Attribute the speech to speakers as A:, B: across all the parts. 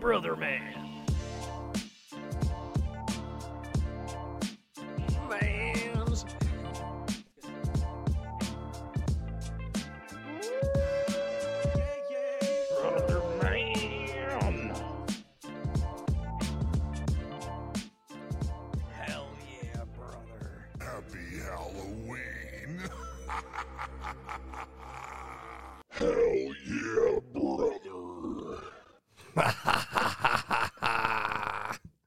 A: Brother Man. Mams. Brother Man. Hell yeah, brother.
B: Happy Halloween! Hell yeah, brother!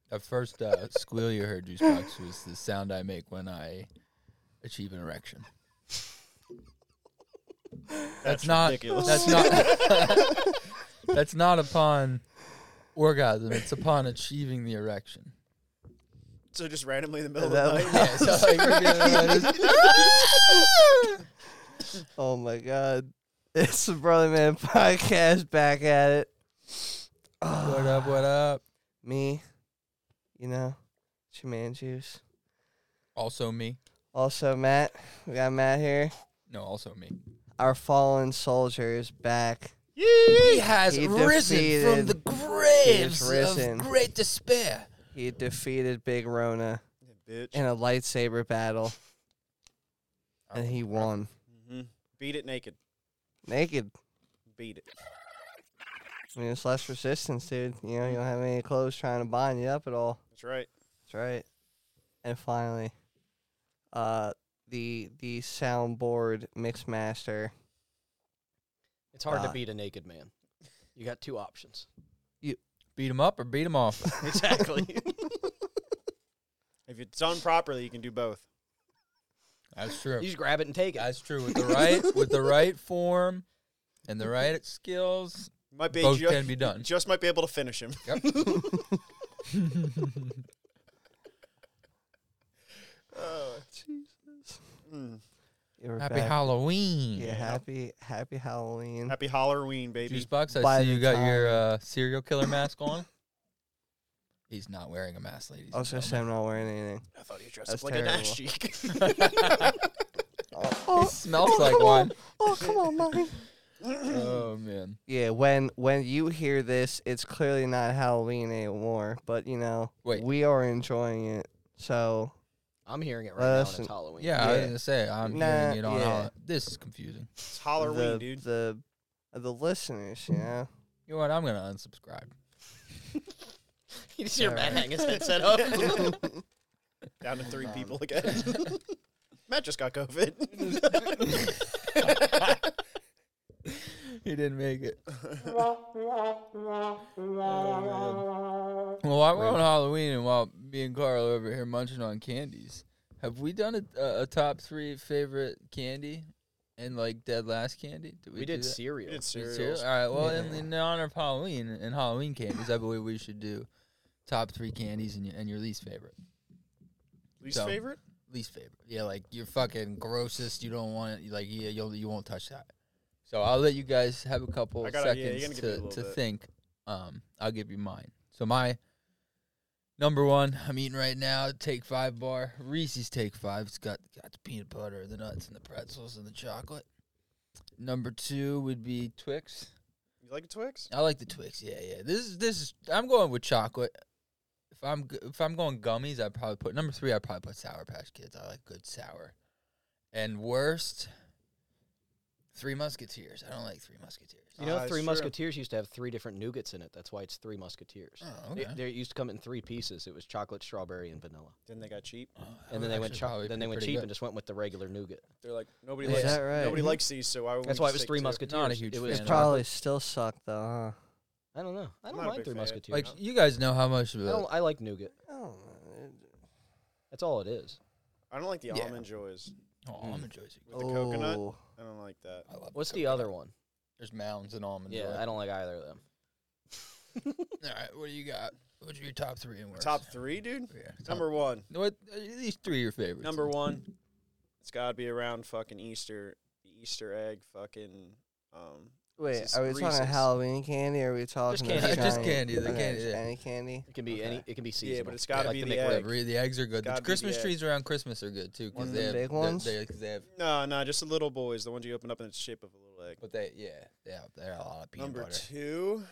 C: The first uh, squeal you heard, Juicebox, was the sound I make when I achieve an erection. That's, not.
D: ridiculous.
C: That's not. that's not upon orgasm. It's upon achieving the erection.
D: So just randomly in the middle
E: That
D: of the night.
C: Yeah, so like,
E: Oh my god. It's the Brother Man podcast back at it.
C: what up? What up?
E: Me, you know, it's your man juice.
C: Also me.
E: Also Matt. We got Matt here.
C: No, also me.
E: Our fallen soldier is back.
C: He has
E: He
C: risen from
E: defeated-
C: the graves
E: He has risen.
C: of great despair.
E: He defeated Big Rona
D: Bitch.
E: in a lightsaber battle. And he won.
D: Mhm. Beat it naked.
E: Naked.
D: Beat it.
E: I mean, it's less resistance, dude. You know, you don't have any clothes trying to bind you up at all.
D: That's right.
E: That's right. And finally, uh, the the soundboard mix master.
F: It's hard
E: Uh,
F: to beat a naked man. You got two options.
C: Beat him up or beat him off.
F: Exactly.
D: If it's done properly, you can do both.
C: That's true.
F: you just grab it and take it.
C: That's true. With the right with the right form and the right skills.
D: You might be
C: Both
D: ju-
C: can be done.
D: Just might be able to finish him. Mm.
E: You're
C: Happy
E: back.
C: Halloween.
E: Yeah, happy happy Halloween.
D: Happy Halloween, baby.
C: Juicebox, I
E: By
C: see
E: the
C: you got your uh, serial killer mask on. He's not wearing a mask, ladies.
E: I was
C: and
E: gonna say I'm not wearing anything.
D: I thought you dressed
E: That's
D: up like
E: terrible.
D: a Nash cheek.
C: gentlemen. He smells like one.
E: Oh come on, Mike.
C: Oh man.
E: Yeah, when when you hear this, it's clearly not Halloween anymore. But you know,
C: Wait.
E: we are enjoying it. So
F: I'm hearing it right now, and
E: Uh, Listen,
F: it's Halloween.
C: Yeah, I was
E: Yeah.
C: gonna say I'm
E: Nah,
C: hearing it on.
E: yeah.
C: all- This is confusing.
D: it's Halloween,
E: the,
D: dude.
E: the the listeners, you know,
C: You know what? I'm gonna unsubscribe.
F: you just hear
E: Alright.
F: Matt hang his headset up.
D: Down to three people again. Matt just got COVID.
C: He didn't make it. Well, while we're on Halloween and while me and Carl are over here munching on candies, have we done a, a, a top three favorite candy and like dead last candy? Did
F: we
C: do
F: did
C: that?
F: cereal.
D: It's
C: We did
D: serious.
C: All right. Well, in, in honor of Halloween and Halloween candies, I believe we should do top three candies and your, and your least favorite.
D: Least
C: So-
D: favorite?
C: Least favorite. Yeah, like your fucking grossest. You don't want it. Like yeah, you'll you won't touch that. So I'll let you guys have a couple
D: I gotta- yeah, you're
C: seconds
D: gonna give me a
C: to
D: little
C: to
D: bit.
C: think. Um, I'll give you mine. So my number one, I'm eating right now. Take five bar Reese's Take Five. It's got got the peanut butter, the nuts, and the pretzels, and the chocolate. Number two would be Twix.
D: You like Twix?
C: I like the Twix. Yeah, yeah. This is this is. I'm going with chocolate. If I'm g- if I'm going gummies, I probably put number three. I probably put Sour Patch Kids. I like good sour. And worst, Three Musketeers. I don't like Three Musketeers.
F: You know,
D: Ah, it's
F: Three
D: true.
F: Musketeers used to have three different nougats in it. That's why it's Three Musketeers.
C: Oh,
F: They-
C: okay.
F: They, used to come in three pieces. It was chocolate, strawberry, and vanilla.
D: Then they got cheap.
C: Oh,
F: And then they went
C: chocolate.
F: cho- then they went cheap and just went with the regular nougat.
D: They're like nobody
C: Is
D: likes
E: that right?
D: nobody likes these, so I
F: That's why it was Three Musketeers.
C: Not a huge
F: it
C: fan
F: was
C: of it.
E: probably still suck though,
F: I don't know. I
D: I'm
F: don't
D: not a
F: like
D: big
F: Three
D: fan.
F: Musketeers.
C: like you guys know how much of
F: I
C: a
F: don't. I like nougat.
E: huh? I don't know.
F: That's all it is.
D: I don't like the
C: Yeah.
D: almond joys
C: oh, almond joys. are good.
D: with the coconut.
E: Oh,
D: I don't like that.
C: I love
F: Mm. What's the
C: coconut.
F: other one?
C: There's mounds and almond.
F: Yeah,
C: joy.
F: I don't like either of them.
C: All right, what do you got? What's your top three and worst?
D: Top three, dude.
C: Yeah, top-
D: Number one.
C: What? At least three are your favorites.
D: Number one. It's gotta be around fucking Easter. The Easter egg fucking um
E: Wait,
D: This
E: are we
D: is
E: talking
D: Reese's.
E: Halloween candy or are we talking
F: candy.
E: the
C: Just
E: giant-
C: candy, the
E: okay,
C: candy,
E: just
C: yeah.
E: Any candy?
F: It can be any. It can be seasonal.
D: Yeah, but it's gotta
F: like
D: be
F: the
D: the
F: McRib.
D: egg.
C: Every, the eggs are good. The
D: Gotta be
C: Christmas
D: the egg.
C: trees around Christmas are good too
E: One
C: because
E: of
C: they
E: the
C: have
E: big
C: they-
E: ones?
C: They, 'cause they have,
D: No, no, just the little boys, the ones you open up in the shape of a little egg.
C: but they yeah, they have, they have a lot of peanut
D: Number
C: butter.
D: two,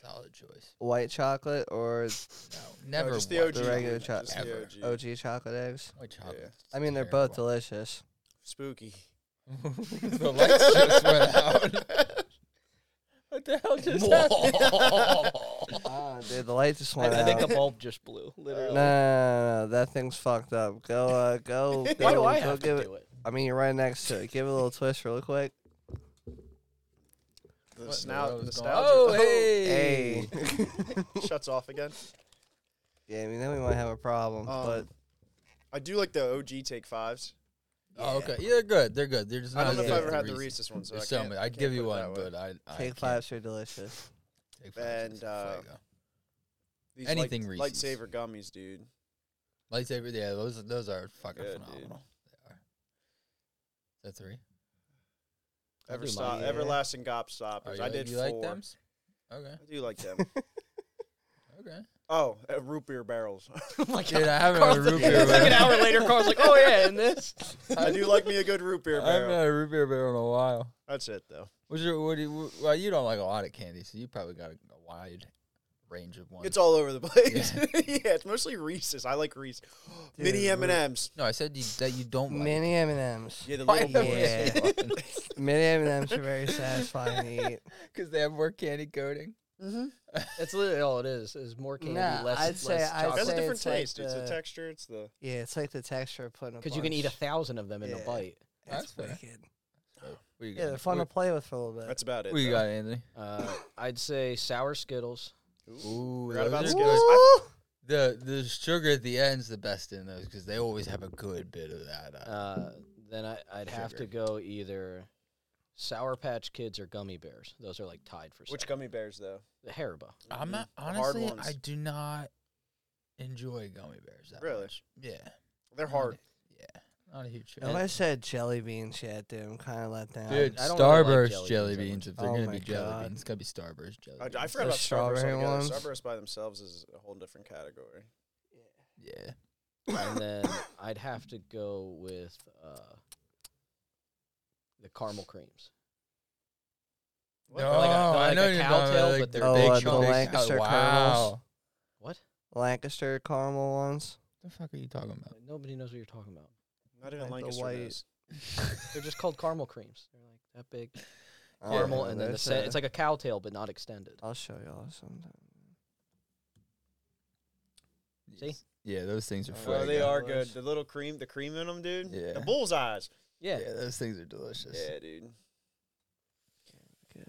C: Solid choice.
E: White chocolate or
C: No, never.
D: no, just the
C: white.
D: OG.
E: The regular
D: one,
E: chocolate.
D: just
C: Ever.
D: the OG.
E: OG chocolate eggs?
C: White chocolate.
E: I mean, they're both delicious.
D: Spooky.
C: the lights just went out. what the hell just happened?
E: Ah, dude, the light just
F: I,
E: went
F: I think the
E: out.
F: bulb just blew.
E: No, no,
F: Literally.
E: no, no, that thing's fucked up. Go, uh, go.
F: Why do
E: go-
F: I
E: go
F: have to
E: give
F: do it?
E: I mean, you're right next to it. Give it a little twist, real quick.
D: The
C: What in the
D: snout.
C: world
D: The
C: is going- Oh,
D: nostalgia.
C: hey.
E: Hey.
D: Shuts off again.
E: yeah, I mean, then we might have a problem.
D: Um,
E: but
D: I do like the OG take fives.
C: Oh, okay. Yeah, they're good. They're good. They're just
D: I
C: not
D: don't know
C: as good
D: if I
C: as
D: ever had the
C: Reese's.
D: Reese's one, so I
C: There's
D: can't,
C: so many.
D: I
C: I'd
D: can't
C: give
D: put
C: you
D: it
C: one,
D: that way.
C: but I, I
E: take
C: can't
E: fives are delicious.
C: take fives. It's oh,
D: and, uh,
C: fuego.
D: These
C: anything
D: light,
C: Reese's.
D: Lightsaber gummies, dude.
C: lightsaber. Yeah, those those are fucking
D: Good, dude.
C: phenomenal. They are. Is that three?
F: I'll do
D: Ever
F: mine.
E: Yeah.
D: Everlasting
C: Oh,
D: Gobstoppers.
C: you
D: I
C: like-
D: did
C: you
D: four.
C: like them? Okay.
D: I do like them.
C: Okay.
D: oh, uh, root beer barrels.
C: Dude, I haven't had a root beer.
F: It's like an
C: barrel-
F: hour later, Carl's like, "Oh yeah, and this."
D: I do like me a good root beer
C: I haven't
D: barrel.
C: had a root beer barrel in a while.
D: That's it though.
C: What's your what do you, well? You don't like a lot of candy, so you probably got a, a wide range of ones.
D: It's all over the place. Yeah, it's mostly Reese's. I like Reese's. Mini
E: Dude,
D: M and M's.
C: no, I said you, that you
F: Oh
C: don't like.
E: Mini M and M's.
D: Yeah, the
C: Why
D: little
C: the
D: boys.
E: Yeah.
C: fucking-
E: Mini M and M's are very satisfying to eat.
C: Because they have more candy coating.
F: That's literally all it is. Is more candy,
E: Nah,
F: less.
E: I'd say-
F: less
E: I'd
F: chocolate.
D: That's a
E: say
D: different
E: it's like
D: taste. it's the
E: the-
D: texture. It's the
E: Yeah, it's like the texture of putting.
F: Because you can eat a
E: bunch.
F: thousand of them in a
E: Yeah.
F: bite.
E: It's
C: That's fair.
E: wicked.
C: What you
E: Yeah, they're
C: got?
E: fun to
C: What,
E: play with for a little bit.
D: That's about it.
C: what you
D: though.
C: got, Anthony?
F: Uh, I'd say sour Skittles.
C: Ooh,
D: Forgot about
C: those are
D: Skittles.
C: good.
D: I-
C: The the sugar at the end's the best in those because they always have a good bit of that. Uh,
F: Uh, then I, I'd have to
C: Sugar.
F: go either Sour Patch Kids or Gummy Bears. Those are like tied for
D: Which
F: second.
D: gummy bears though?
F: the Haribo.
C: I'm not
D: hard
C: honestly. I
D: ones.
C: do not enjoy gummy bears. That
D: Really?
C: much. Yeah.
D: They're hard.
C: Yeah. Not a huge
E: If I said jelly beans yet, dude, I'm kind of let down.
C: Dude,
F: I don't really like
C: Starburst
F: jelly
C: jelly
F: beans that much.
C: beans. If they're
E: Oh
C: gonna
E: my
C: be jelly
E: God.
C: beans, it's gotta be Starburst jelly.
D: I,
C: Beans.
D: I forgot about
E: Those
D: strawberries.
E: strawberry
D: altogether.
E: ones?
D: Strawberries by themselves is a whole different category.
C: yeah.
F: and then I'd have to go with uh, the caramel creams.
D: What?
C: No,
F: They're like a- they're
C: Oh, I
F: like
C: know
F: a
C: you're
F: cow
C: talking
F: tail,
C: about, like,
F: but they're
E: Oh,
C: big
E: uh, the
C: chunks.
E: Lancaster
C: wow.
E: caramels?
F: What?
E: Lancaster caramel ones.
C: The fuck are you talking about?
F: Nobody knows what you're talking about.
D: Not even
E: Like the
D: Lancaster
E: white-
D: knows.
F: They're just called caramel creams. They're like that big
E: I don't
F: caramel,
E: know,
F: and then the
E: there's
F: sa-
E: a- Uh,
F: it's like a cow tail, but not extended.
E: I'll show y'all sometime.
F: See?
C: Yeah, those things are.
D: Oh, they
C: fuego.
D: are good. The little cream, the cream in them, dude.
C: Yeah.
D: The bullseyes.
F: Yeah.
C: Yeah, those things are delicious.
D: Yeah, dude.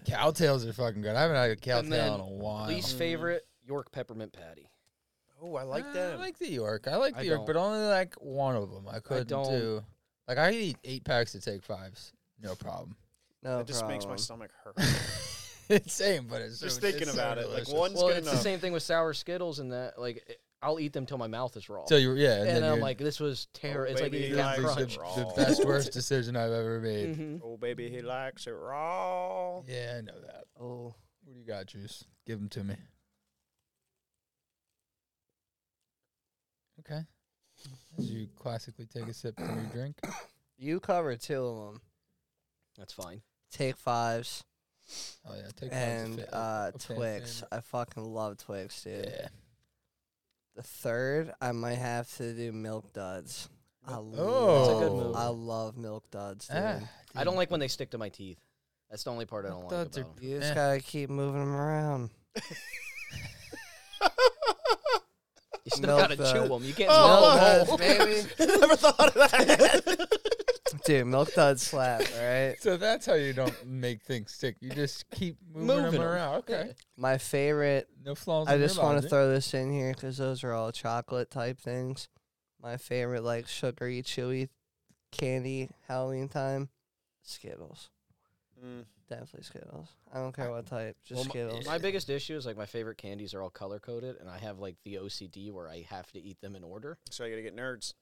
C: Cow tails are fucking good. I haven't had a cow
F: And
C: tail
F: then
C: in a while.
F: Least
D: Mm.
F: favorite York peppermint patty.
D: Oh, I like
C: Uh,
D: them.
C: I like the York. I like
F: I
C: the York, but only like one of them. I couldn't
F: don't-
C: do. Like I eat eight packs to take fives, no problem.
E: No
D: it just makes my
E: problem.
D: stomach hurt.
C: it's same, but it's
D: Just
C: so-
D: thinking
C: it's so
D: about it, like,
C: delicious.
D: one- It's
F: Well,
D: good
F: it's the
D: enough.
F: same thing with sour Skittles, and that like it- I'll eat them till my mouth is raw.
C: So you yeah,
F: and
C: and, then
F: I'm
C: you're-
F: like, this was terrible. it's like
D: Oh, baby,
F: eating
D: like
F: Captain crunch.
C: the,
D: raw.
C: the best worst decision I've ever made.
F: Mhm.
D: oh, baby, he likes it raw.
C: Yeah, I know that.
E: Oh,
C: What do you got, Juice? Give them to me. Okay. As you classically take a sip from your drink.
E: you cover two of them.
F: That's fine.
E: Take fives
C: Oh yeah, take fives.
E: and
C: is a fa-
E: uh,
C: a fan
E: Twix.
C: favorite.
E: I fucking love Twix, dude.
C: Yeah.
E: The third, I might have to do Milk Duds. I
C: Milk-
E: love,
C: Oh.
F: That's a good move. Ah,
E: I love Milk Duds, dude.
F: I don't like when they stick to my teeth. That's the only part I don't like about
C: That's a-
F: 'em.
E: You just
C: Eh.
E: gotta keep moving them around.
F: You still
E: Milk
F: gotta chew
E: Duds.
F: them. You can't
E: Milk
F: oh,
E: Duds, baby.
D: Never thought of that.
E: Dude, Milk Duds slap, right?
C: So that's how you don't make things stick. You just keep moving,
F: Moving 'em.
C: them around. Okay.
F: Yeah.
E: My favorite
C: No flaws.
E: I
C: in your
E: just want to
C: logic.
E: throw this in here because those are all chocolate type things. My favorite, like sugary, chewy candy Halloween time, Skittles.
D: Mm.
E: Definitely Skittles. I don't care what type, just
F: Well, my-
E: Skittles.
F: My biggest issue is like my favorite candies are all color coded, and I have like the OCD where I have to eat them in order.
D: So you gotta get nerds.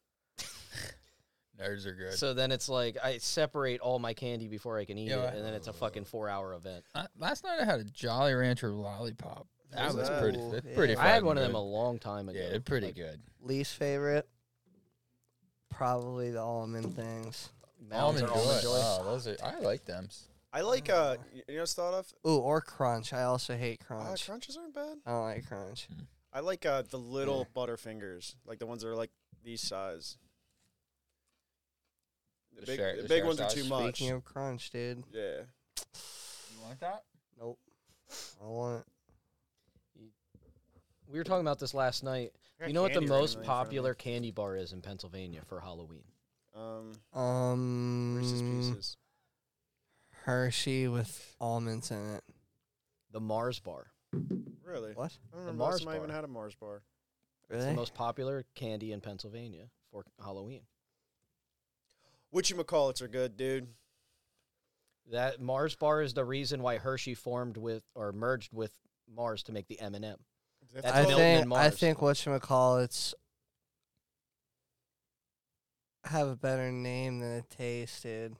C: Nerds are good.
F: So then it's like I separate all my candy before I can eat
C: Yeah, I-
F: it, and then it's a fucking four hour event.
C: Uh, last night I had a Jolly Rancher lollipop. That
D: How's
C: was
D: that?
C: pretty.
E: Ooh,
C: That's
E: yeah.
C: pretty.
F: I had
C: fucking
F: one of them
C: good.
F: a long time ago.
C: Yeah, they're pretty
F: like,
C: good.
E: Least favorite, probably the almond things.
F: Mounds
C: Almond
F: are
C: joy.
F: almond joy.
C: Oh, those are. I like them.
D: I like uh y- you know what's thought of?
E: Ooh, or crunch. I also hate
D: Uh,
E: crunch.
D: crunches aren't bad.
E: I don't like crunch.
D: I like uh the little butterfingers, like the ones that are like these size. The,
C: The
D: big,
C: share-
D: the
C: the
D: big
C: share
D: ones are
C: size.
D: too much.
E: Speaking of crunch, dude.
D: yeah.
C: You want that?
E: Nope. I don't want.
F: We were talking about this last night. You know what the most popular candy bar is in Pennsylvania for Halloween?
D: um
E: Um,
D: Reese's
F: Mm.
D: Pieces.
E: Hershey with almonds in it.
F: The Mars bar.
D: Really?
E: What?
D: I don't remember last
F: Mars
D: time I even
F: bar.
D: had a Mars bar.
F: It's the
E: Really?
F: most popular candy in Pennsylvania for Halloween.
D: Whatchamacallits are good, dude.
F: That Mars bar is the reason why Hershey formed with or merged with Mars to make the M&M.
D: That's
E: I
F: Milton
D: all-
F: and
E: think I
F: Mars.
E: think what you call it's have a better name than it tastes, dude.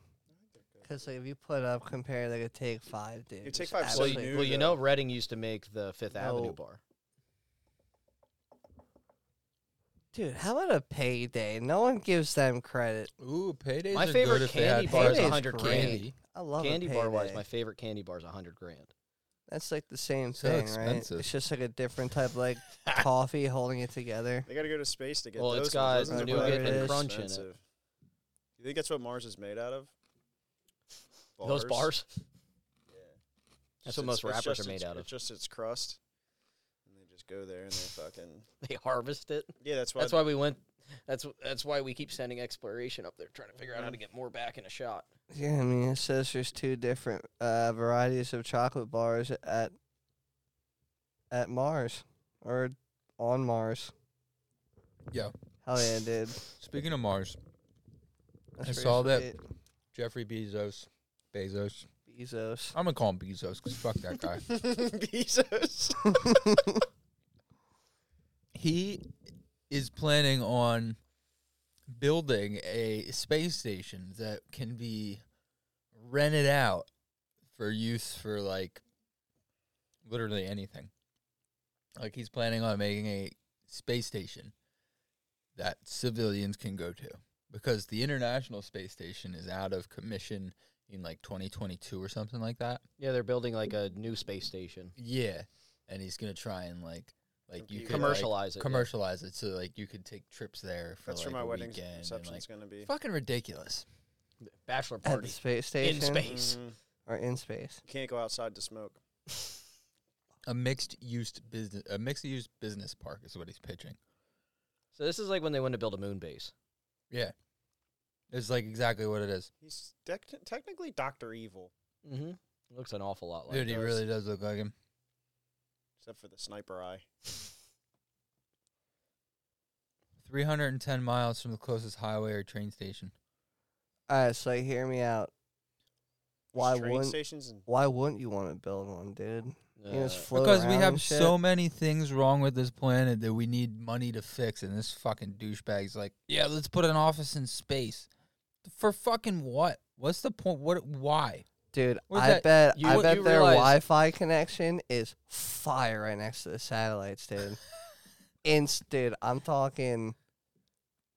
E: Because like if you put up compare like a take five, dude.
D: Take
E: it's
D: Five's so
F: Well,
E: absolutely-
F: you,
D: knew
F: well, you
D: that.
F: know Redding used to make the Fifth Avenue
E: No.
F: bar.
E: dude. How about a payday? No one gives them credit.
C: Ooh, paydays.
F: My
C: are good
F: favorite
C: if they had
F: candy bar is
E: Payday's
F: 100 candy.
E: great. I love a
F: Candy bar wise,
E: payday.
F: my favorite candy bar is 100 grand.
E: That's like the same
C: So
E: thing,
C: expensive.
E: right? It's just like a different type, of, like coffee holding it together.
D: They got to go to space to get
F: Well,
D: those.
F: it's
D: ones.
F: got
D: Those ones are
E: nougat
D: probably
E: and
D: pretty
F: crunch in it.
D: expensive. You think that's what Mars is made out of?
F: Those bars? That's
D: Just
F: what most
D: it's- it's
F: rappers
D: just
F: are made
D: its-
F: out of.
D: It's just its crust, and they just go there and they fucking
F: They harvest it.
D: yeah. That's why.
F: That's why we went. That's that's why we keep sending exploration up there, trying to figure out how to get more back in a shot.
E: Yeah, I mean, it says there's two different uh, varieties of chocolate bars at at Mars or on Mars.
C: Yeah.
E: Hell yeah, dude.
C: Speaking of Mars,
E: That's
C: I
E: pretty
C: saw that.
E: sweet.
C: Jeffrey Bezos. Bezos.
E: Bezos.
C: I'm gonna call him Bezos because fuck that guy.
D: Bezos.
C: he is planning on building a space station that can be rented out for use for like literally anything. Like he's planning on making a space station that civilians can go to because the International Space Station is out of commission in like 2022 or something like that.
F: Yeah, they're building like a new space station.
C: Yeah, and he's gonna try and like like you could, like,
D: Compete.
F: Commercialize it. yeah.
C: commercialize it so like you could take trips there for
D: That's
C: like
D: where
C: a
D: my wedding
C: weekend and,
D: reception's
C: like,
D: gonna be.
C: fucking ridiculous.
F: Bachelor
E: At the
F: party
E: space station.
F: in space.
D: Mhm.
E: Or in space.
D: You can't go outside to smoke.
C: A mixed use business, a mixed use business park is what he's pitching.
F: So this is like when they want to build a moon base.
C: Yeah, it's like exactly what it is,
D: He's dec- technically Doctor Evil,
F: Mm-hmm. Looks an awful lot like.
C: dude. He
F: those.
C: really does look like him.
D: except for the sniper eye.
C: Three hundred and ten miles from the closest highway or train station.
E: Alright, so like, hear me out. Why
D: train
E: wouldn't
D: stations and
E: why wouldn't you want to build one, dude? You can
F: Uh,
E: just float
C: because we
E: around
C: have
E: and shit.
C: so many things wrong with this planet that we need money to fix, and this fucking douchebag's like, yeah, let's put an office in space. For fucking what? What's the point? What? Why?
E: Dude,
C: What is
E: I
C: that?
E: bet
F: You-
E: I
F: what-
E: bet
F: you
E: their
F: realize-
E: Wi-Fi connection is fire right next to the satellites, dude. Inst, dude, I'm talking.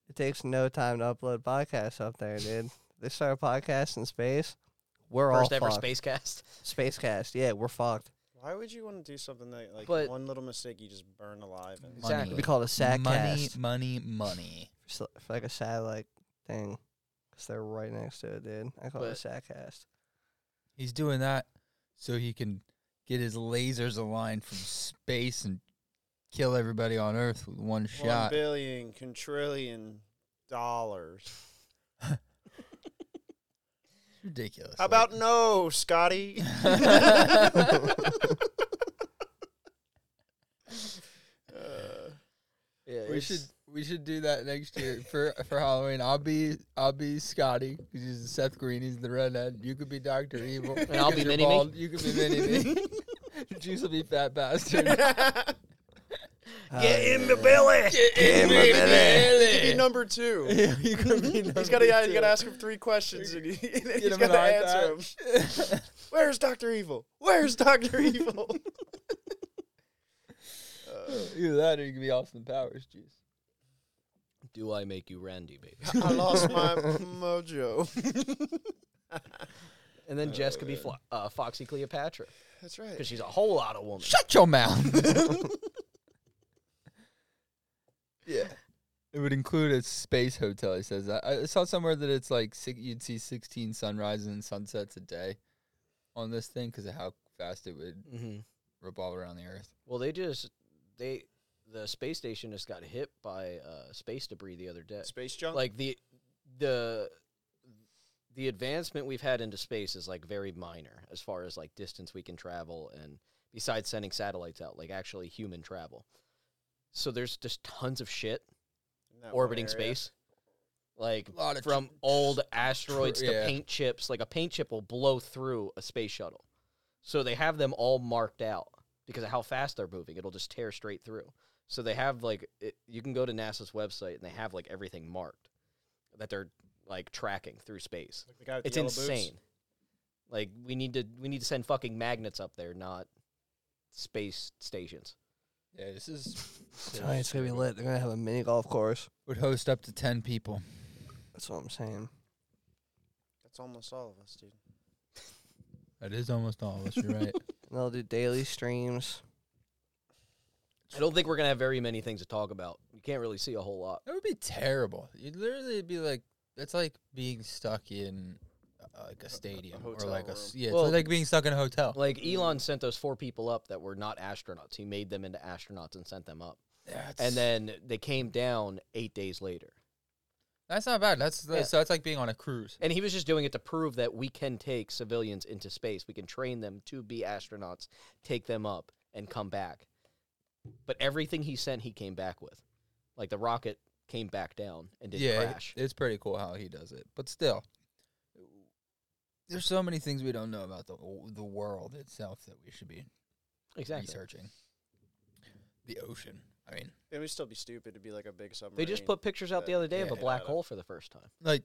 E: It takes no time to upload podcasts up there, dude. They start a podcast in space, we're
F: first
E: all
F: ever
E: fucked.
F: space cast.
E: Spacecast, yeah, we're fucked.
D: why would you want to do something that like
F: But-
D: one little mistake you just burn alive? And
C: Money.
E: It'd
F: Exactly.
E: be called a
C: money,
E: satcast
C: money, money.
E: for, s- for like a satellite thing, cause they're right next to it, dude. I call
F: But-
E: it a satcast.
C: He's doing that so he can get his lasers aligned from space and kill everybody on Earth with one
D: One
C: shot.
D: billion, quintrillion dollars.
C: Ridiculous.
D: How
C: Like,
D: about no, Scotty?
F: Uh, Yeah,
C: we should we should do that next year for for Halloween. I'll be I'll be Scotty because he's Seth Green. He's the redhead. You could be Doctor Evil.
F: And I'll
C: 'cause
F: be
C: you're
F: Mini-Me.
C: bald. You could be Mini Me. Juice will be fat bastard.
E: Get in the
C: Get me, Billy.
D: number two.
C: Yeah, you could be
D: He's
C: number
D: got to. You
C: two.
D: got to ask him three questions, and, he, and then
C: Get
D: he's
C: him
D: got
C: an
D: to answer them.
C: iPad.
D: Where's Doctor Evil? Where's Doctor Evil?
C: Either that or you could be Austin Powers. Jeez.
F: Do I make you Randy, baby?
D: I lost my mojo.
F: and then Jess could be
D: Oh,
F: Flo- uh, Foxy Cleopatra
D: That's right.
F: because she's a whole lot of woman.
C: Shut your mouth.
F: yeah.
C: it would include a space hotel. He says. I, I saw somewhere that it's like six, you'd see sixteen sunrises and sunsets a day on this thing because of how fast it would
F: Mm-hmm.
C: revolve around the Earth.
F: Well, they just they the space station just got hit by uh, space debris the other day.
D: Space junk.
F: Like the the the advancement we've had into space is like very minor as far as like distance we can travel and besides sending satellites out, like actually human travel. So there's just tons of shit
D: in that one
F: orbiting
D: area.
F: space. Like
C: A lot of
F: from old asteroids
C: yeah.
F: to paint chips. Like a paint chip will blow through a space shuttle. So they have them all marked out because of how fast they're moving. It'll just tear straight through. So they have like it, you can go to NASA's website and they have like everything marked that they're like tracking through space.
D: Like the guy with the
F: It's
D: yellow boots?
F: insane. Like we need to we need to send fucking magnets up there, not space stations.
C: yeah, this is
E: Tonight's gonna be lit. They're gonna have a mini golf course.
C: would host up to ten people.
E: That's what I'm saying.
D: That's almost all of us, dude.
C: That is almost all of us. You're right.
E: And they'll do daily streams.
F: I don't think we're gonna have very many things to talk about. You can't really see a whole lot.
C: That would be terrible. You'd literally be like, that's like being stuck in uh, like a stadium or
D: hotel
C: like a
D: room.
C: s- yeah, it's
F: Well-
C: like being stuck in a hotel.
F: Like Elon sent those four people up that were not astronauts. He made them into astronauts and sent them up.
C: That's,
F: And then they came down eight days later.
C: that's not bad. That's
F: Yeah.
C: so that's like being on a cruise.
F: And he was just doing it to prove that we can take civilians into space. We can train them to be astronauts, take them up, and come back. But everything he sent, he came back with. Like the rocket came back down and didn't
C: yeah,
F: crash.
C: it's pretty cool how he does it. But still, there's so many things we don't know about the the world itself that we should be
F: exactly.
C: researching. The ocean. I mean,
D: It would still be stupid to be like a big submarine.
F: They just put pictures out the other day of a
C: Yeah.
F: black hole for the first time.
C: like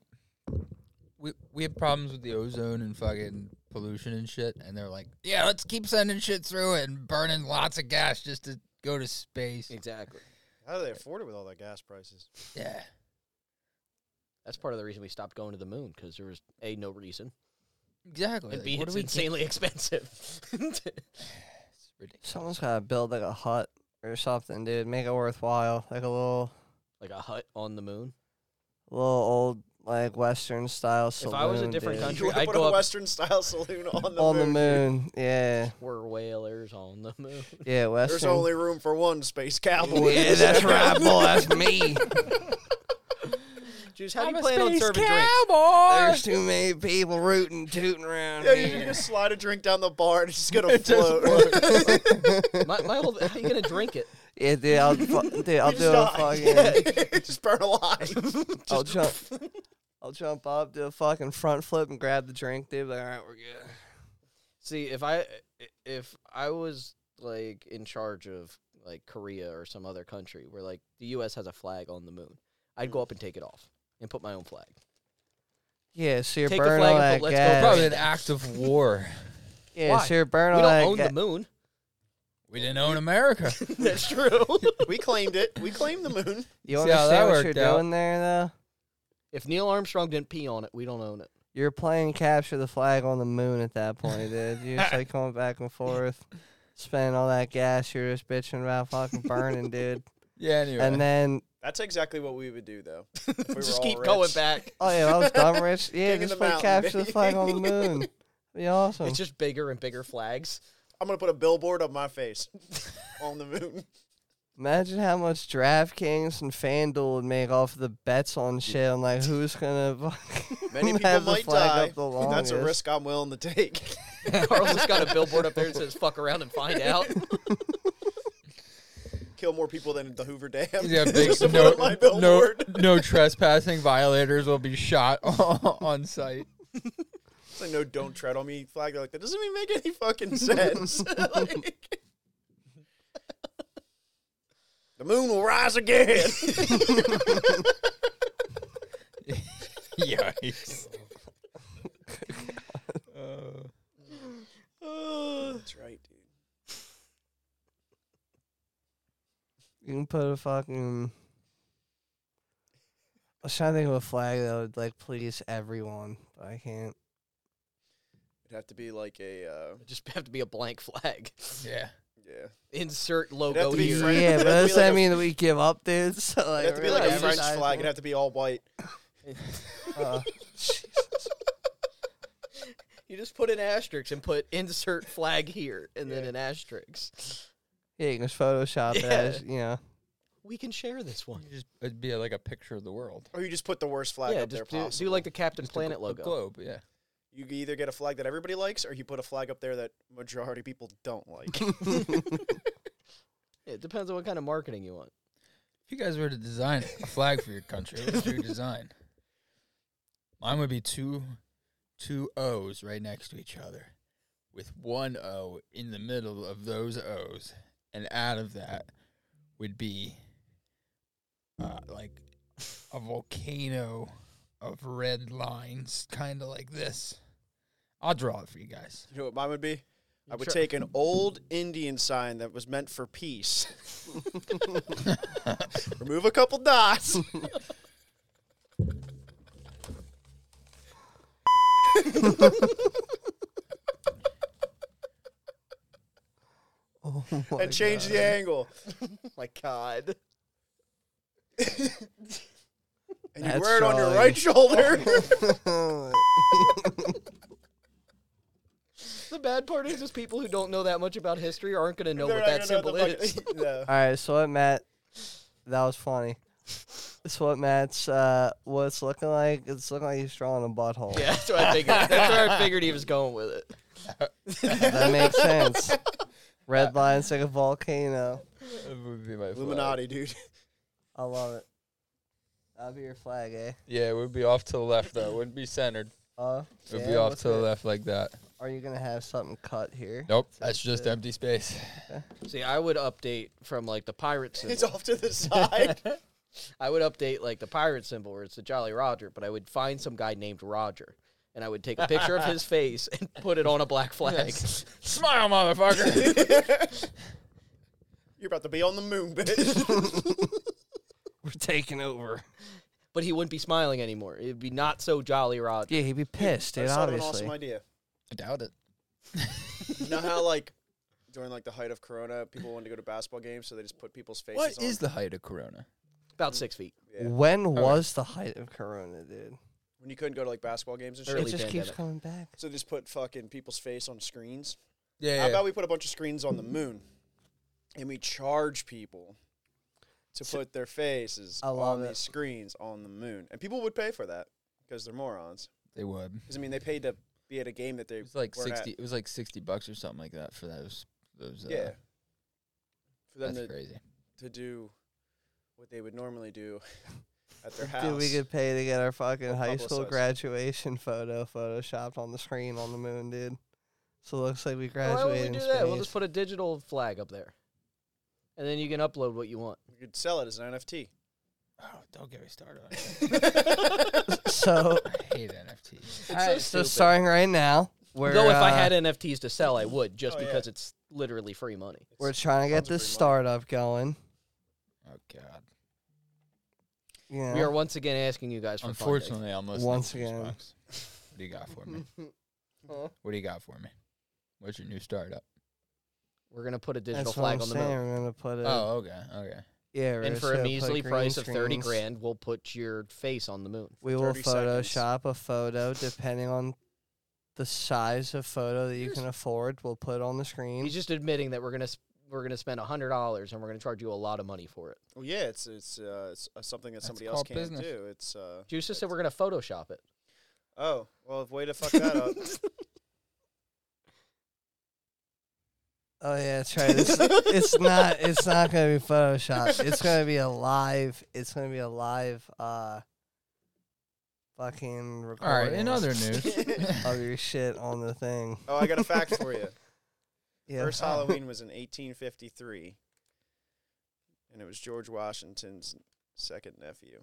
C: we we have problems with the ozone and fucking pollution and shit, and they're like, yeah, let's keep sending shit through it and burning lots of gas just to go to space.
F: Exactly.
D: How do they afford it with all that gas prices?
C: Yeah,
F: That's part of the reason we stopped going to the moon because there was a no reason.
C: exactly.
F: and
C: Like,
F: B,
C: what do
F: it's
C: we get-
F: insanely expensive.
C: It's ridiculous.
E: Someone's gotta build like a hut or something, dude. Make it worthwhile. Like a little,
F: like a hut on the moon.
E: little old like Western style
F: If
E: saloon.
F: I was a different
E: dude.
F: country-
D: You want to
F: I'd
D: put
F: go
D: a
F: up-
D: Western style saloon on the
E: on the
D: moon.
E: moon, yeah,
F: We're whalers on the moon.
E: yeah, Western.
D: There's only room for one space cowboy.
E: yeah, that's right, boy. That's me.
F: Juice, how do
C: I'm
F: you
C: a
F: plan on
C: space
F: serving
E: There's too many people rooting, tooting around.
D: Yeah,
E: here.
D: you just slide a drink down the bar and it's just gonna float.
F: drinks? my, my whole, how you gonna drink it?
E: Yeah, dude, I'll, fu- dude, I'll do
D: You just
E: a
D: die.
E: fucking.
D: Yeah, just burn alive.
E: I'll jump. I'll jump up, do a fucking front flip, and grab the drink, dude. Like, all
D: Oh,
E: right, we're good.
F: See, if I if I was like in charge of like Korea or some other country where like the U.S. has a flag on the moon, I'd go up and take it off and put my own flag.
E: Yeah, so you're
F: Take the
E: burning
F: flag
E: all
F: and
E: that
F: put- let's go
E: gas.
F: burn
C: Probably an act of war.
E: yeah,
F: Why?
E: so you're burning
F: we
E: all
F: don't
E: that
F: own
E: ga-
F: the moon.
C: We didn't own America.
F: That's true.
D: we claimed it. We claimed the moon.
E: You
C: See how that
E: understand what you're
C: worked out?
E: doing there, though?
F: if Neil Armstrong didn't pee on it, we don't own it.
E: You're playing capture the flag on the moon at that point, dude. You're just like going back and forth, spending all that gas. You're just bitching about fucking burning, dude.
C: yeah, anyway.
E: And then,
D: That's exactly what we would do though. If we were
F: Just
D: all
F: keep
D: rich.
F: going back.
E: oh yeah, I was dumb rich. Yeah,
D: King of
E: just
D: the
E: play
D: mountain,
E: capture the
D: baby.
E: flag on the moon. Be awesome.
F: It's just bigger and bigger flags.
D: I'm gonna put a billboard on my face on the moon.
E: Imagine how much DraftKings and FanDuel would make off of the bets on shit on like who's gonna fucking
D: Many people
E: have the
D: might
E: flag
D: die.
E: up the
D: That's
E: longest.
D: a risk I'm willing to take.
F: Carl's got a billboard up there that says "fuck around and find out."
D: Kill more people than the Hoover Dam.
C: Yeah, big
D: Just to put
C: no,
D: on my
C: no,
D: billboard.
C: no trespassing violators will be shot on site.
D: It's like no don't tread on me flag. They're like, that doesn't even make any fucking sense. Like- the moon will rise again.
C: Yikes. Uh,
D: That's right, dude.
E: You can put a fucking. I was trying to think of a flag that would like please everyone, but I can't.
D: It'd have to be like a uh,
F: It'd just have to be a blank flag.
C: Yeah.
D: yeah.
F: Insert
D: have
F: logo
D: to be
F: here.
D: French.
E: Yeah,
D: It'd
E: but
D: have to be
E: does that
D: like a-
E: mean that we give up, dude? So like,
D: It'd have to be
E: really
D: like a
F: really
D: French
E: advertising?
D: flag. It'd have to be all white.
E: Uh,
F: You just put an asterisk and put insert flag here and then an asterisk.
E: yeah, you can just Photoshop it.
F: Yeah.
E: As, you know,
F: We can share this one.
C: You Just, it'd be like a picture of the world.
D: Or you just put the worst flag
F: yeah,
D: up there
F: just do,
D: possible.
F: do like the Captain
C: Just a gl-
F: Planet
C: a
F: logo.
C: globe, yeah.
D: you could either get a flag that everybody likes, or you put a flag up there that majority people don't like.
F: It depends on what kind of marketing you want.
C: If you guys were to design a flag for your country, what would you design? Mine would be two two O's right next to each other, with one O in the middle of those O's, and out of that would be uh, like a volcano of red lines, kind of like this. I'll draw it for you guys.
D: you know what mine would be? I would
F: Sure.
D: take an old Indian sign that was meant for peace, remove a couple dots.
F: Oh
D: Oh, and change the angle.
F: My God.
D: And you
E: That's
D: wear it on your
E: Charlie.
D: right shoulder.
F: The bad part is just people who don't know that much about history aren't going to know
D: They're
F: what
D: not
F: that
D: gonna know
F: symbol
D: the
F: is.
D: fucking- No.
E: All right, so what Matt? That was funny. So what Matt's uh, what it's looking like? It's looking like he's drawing a butthole.
F: yeah, that's what I figured. That's where I figured he was going with it.
E: That makes sense. Red lines like a volcano.
C: That would be my flag.
D: Illuminati, dude.
E: I love it. That'll be your flag, eh?
C: Yeah, it would be off to the left though. It wouldn't be centered.
E: Uh,
C: It would
E: yeah,
C: be off
E: what's
C: to the
E: it-
C: left like that.
E: Are you gonna have something cut here?
C: Nope,
E: So
C: that's
E: it's
C: just
E: a-
C: empty space.
F: See, I would update from like the pirate symbol.
D: It's off to the side.
F: I would update like the pirate symbol where it's the Jolly Roger, but I would find some guy named Roger and I would take a picture of his face and put it on a black flag.
C: Smile, motherfucker.
D: You're about to be on the moon, bitch.
E: We're taking over.
F: But he wouldn't be smiling anymore. It'd be not so Jolly Roger.
E: Yeah, he'd be pissed,
D: I
E: dude.
D: just thought of an
E: Obviously.
D: awesome idea.
C: I doubt it.
D: You know how like during like the height of Corona, people wanted to go to basketball games, so they just put people's faces.
C: What
D: on.
C: is the height of Corona?
F: About six feet.
D: Yeah.
E: When
C: right.
E: was the height of Corona, dude?
D: when you couldn't go to like basketball games and shit?
F: Early
E: it just
F: pandemic.
E: keeps coming back.
D: So they just put fucking people's face on screens.
C: Yeah,
D: How about we put a bunch of screens on the moon, and we charge people to put their faces
E: I love
D: on
E: it.
D: these screens on the moon, and people would pay for that because they're morons.
C: they would.
D: Because I mean, they paid to be at a game that they
C: It was like
D: weren't at.
C: sixty. It was like sixty bucks or something like that for those. Those. Uh,
D: Yeah. For them
C: that's
D: to,
C: crazy.
D: to do what they would normally do at their house.
E: Dude, we could pay to get our fucking
D: Or
E: high school
D: publicize.
E: graduation photo photoshopped on the screen on the moon, dude. So it looks like
F: Why would
E: we
F: we
E: graduated
F: do
E: in
F: that? We'll just
E: space.
F: put a digital flag up there. And then you can upload what you want.
D: We could sell it as an NFT.
C: Oh, don't get me started on it.
E: So,
C: I hate NFTs.
E: alright, so
F: stupid.
E: starting right now, we're
F: Though if I
E: uh,
F: had NFTs to sell, I would just
D: Oh, yeah.
F: because it's literally free money.
E: we're trying to get
D: Sounds
E: this
D: pretty much-
E: startup going.
C: Oh God.
E: You know,
F: We are once again asking you guys for funding.
C: Unfortunately, I'm listening
E: Once
C: to this
E: again.
C: box. What do you got for
D: Mm-hmm.
C: me? What do you got for me? What's your new startup?
F: We're going to put a digital
E: that's
F: flag
E: what
F: on
E: I'm
F: the
E: saying.
F: moon.
E: We're gonna
D: Uh,
E: put it.
C: Oh, okay, okay.
E: yeah, we're
F: And
E: just
F: for a
E: gonna put
F: measly
E: green
F: price of 30
E: screens.
F: grand, we'll put your face on the moon.
E: we will
D: 30 seconds.
E: Photoshop a photo depending on the size of photo that you can afford. We'll put on the screen.
F: He's just admitting that we're going to we're going to spend $100 and we're going to charge you a lot of money for it.
D: Well, yeah, it's it's, uh, it's uh, something that
C: That's
D: somebody else
C: called
D: can't
C: business.
D: do. It's uh,
F: Juice just said we're going to photoshop it.
D: oh well, way to fuck that up.
E: Oh yeah, that's right. It's, it's not. It's not gonna be Photoshop. It's gonna be a live. It's gonna be a live. Uh, fucking
C: All
E: recording.
C: right. In other news,
E: of your shit on the thing.
D: Oh, I got a fact for you.
E: Yeah.
D: First Halloween was in 1853, and it was George Washington's second nephew.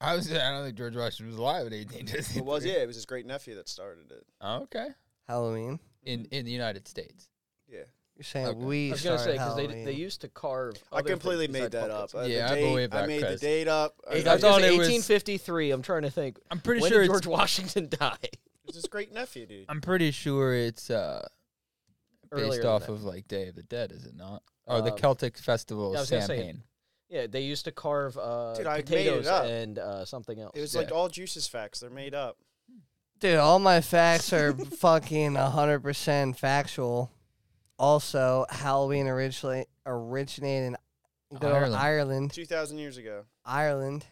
C: I was. I don't think George Washington was alive at 18.
D: It was yeah, it was his great nephew that started it.
C: Okay.
E: Halloween.
C: In in the United States.
D: Yeah,
E: You're saying
C: Okay.
E: we
F: I was going to say because
E: because
F: they, d- they used to carve.
D: I
F: other things
D: completely made
F: besides
D: that up.
F: pumpkins.
D: Uh, the
C: Yeah, I
D: date-
C: believe
D: I
C: that,
D: made the
C: Chris.
D: date up.
F: I
D: I
C: got
F: was
D: got-
C: thought
F: gonna say
C: it was-
F: 1853. I'm trying to think.
C: I'm pretty
F: when
C: sure
F: did
C: it's
F: George Washington die?
D: It's his great nephew, dude.
C: I'm pretty sure it's uh, based
F: Earlier than
C: off
F: that.
C: of like Day of the Dead, is it not? Or the
F: Um,
C: Celtic Festival
F: yeah, I
C: of
F: was gonna say-
C: Samhain.
F: Yeah, they used to carve uh,
D: Dude, I made it
F: potatoes
D: up.
F: and uh, something else.
D: It was
C: Yeah.
D: like all juices facts. They're made up.
E: Dude, all my facts are fucking 100% factual. Also, Halloween originally originated in good old
C: Ireland.
E: Ireland.
D: Two thousand years ago.
E: Ireland.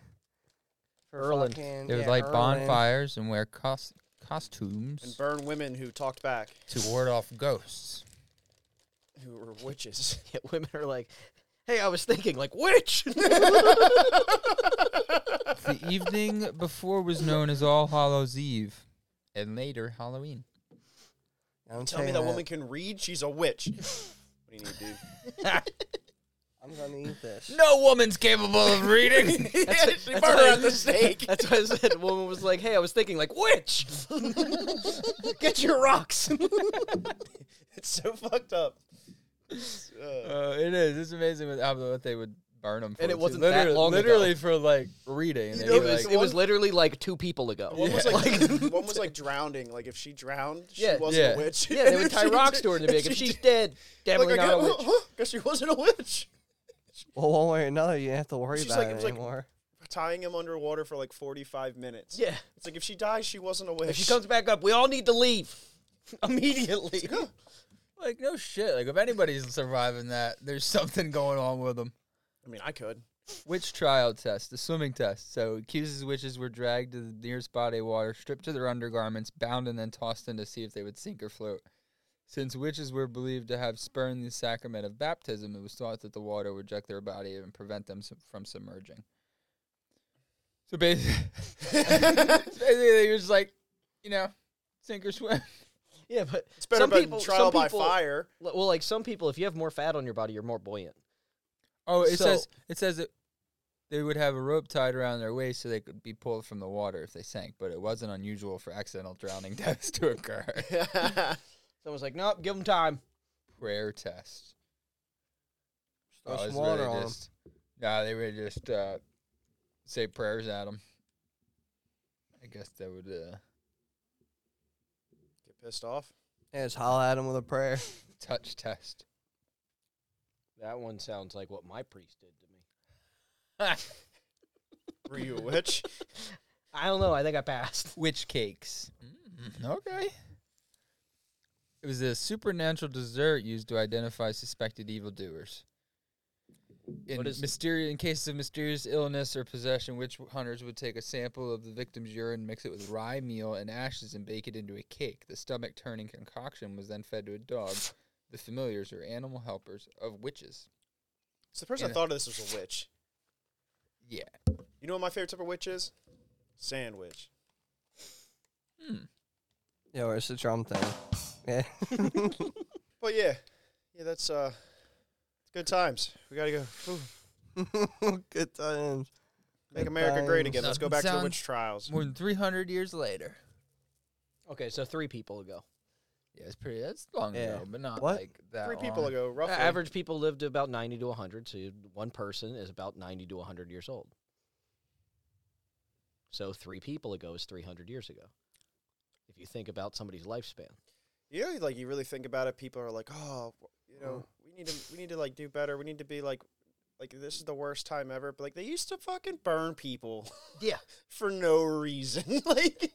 E: For
F: Ireland.
E: fucking-
C: They would
E: yeah,
C: light
E: Ireland.
C: bonfires and wear cos-
D: And
C: costumes
D: burn women who talked back,
C: to ward off ghosts.
D: who were witches.
F: Yeah, women are like, "Hey, I was thinking like witch."
C: the evening before was known as All Hallows Eve, and later Halloween.
E: I'm
D: Tell me
E: saying
D: that woman can read. She's a witch. what do you need, dude?
E: I'm going to eat this.
C: No woman's capable of reading.
F: That's-
D: she
F: that's
D: burned
F: why-
D: at the stake.
F: That's why I said woman was like, "Hey, I was thinking like witch." Get your rocks.
D: It's so fucked up. Uh,
C: Uh, it is. It's amazing what, how, what they would burn them for.
F: And it
C: too.
F: wasn't that
C: literally,
F: long ago.
C: literally for like reading. And
D: You
C: they'd
D: know,
F: it
C: be
F: was
C: like,
F: it was literally like two people ago.
D: one, was like,
F: Like-
D: one was like drowning. Like if she drowned, she
F: Yeah.
D: wasn't
C: Yeah.
D: a witch.
F: yeah, they would tie
D: She
F: rocks
D: did-
F: to her and they'd be like, "If
D: she
F: she's
D: did-
F: dead,
D: like,
F: definitely
D: I
F: not a
D: got-
F: witch."
D: huh? Guess she wasn't a witch.
E: Well, one way or another, you don't have to worry
D: She's
E: about
D: like- it
E: it
D: was like-
E: anymore.
D: Tying him underwater for like forty-five minutes.
F: Yeah.
D: It's like if she dies, she wasn't a witch.
F: If she comes back up, we all need to leave immediately.
C: like no shit. Like if anybody's surviving that, there's something going on with them.
D: I mean, I could.
C: Witch trial test, the swimming test. So accuses witches were dragged to the nearest body of water, stripped to their undergarments, bound, and then tossed in to see if they would sink or float. Since witches were believed to have spurned the sacrament of baptism, it was thought that the water would eject their body and prevent them su- from submerging. So basically, basically they were just like, you know, sink or swim.
F: Yeah, but
D: It's better
F: some
D: than
F: people, some
D: trial by
F: people,
D: fire.
F: Well, like some people, if you have more fat on your body, you're more buoyant.
C: Oh, it
F: So-
C: says it says that they would have a rope tied around their waist so they could be pulled from the water if they sank, but it wasn't unusual for accidental drowning deaths to occur.
F: Someone's like, "Nope, give them time."
C: Prayer test.
E: Throw
C: Oh,
E: some
C: it's
E: water
C: really
E: on 'em.
C: just, Nah, they would just uh, say prayers at them. I guess that would. Uh,
D: Get pissed off.
E: Yeah, just holler at him with a prayer.
C: touch test.
F: That one sounds like what my priest did to me.
D: Were you a witch?
F: I don't know. I think I passed.
C: Witch cakes. Mm, okay. It was a supernatural dessert used to identify suspected evildoers. In,
F: What is-
C: mysterious, in cases of mysterious illness or possession, witch hunters would take a sample of the victim's urine, mix it with rye meal and ashes, and bake it into a cake. The stomach turning concoction was then fed to a dog, the familiars or animal helpers of witches.
D: So the person
C: Yeah.
D: that thought of this was a witch.
C: Yeah.
D: You know what my favorite type of witch is? Sandwich.
E: Yo, where's the drum thing? Yeah.
D: But yeah, yeah, that's uh, good times. We gotta go. Ooh,
E: Good times.
D: make
E: Good
D: America great
E: times.
D: again. Let's go back to the
C: Sounds-
D: witch trials.
C: More than 300 years later.
F: Okay, so three people ago.
C: Yeah, it's pretty. That's long
E: Yeah.
C: ago, but not
E: What?
C: like that.
D: Three people
C: long.
D: ago, roughly.
F: Uh, Average people live to about 90 to 100, so you- one person is about 90 to 100 years old. So three people ago is 300 years ago. If you think about somebody's lifespan.
D: You know, like you really think about it. People are like, oh, you know, we need to, we need to like do better. We need to be like, like this is the worst time ever. But like they used to fucking burn people
F: Yeah.
D: for no reason. like,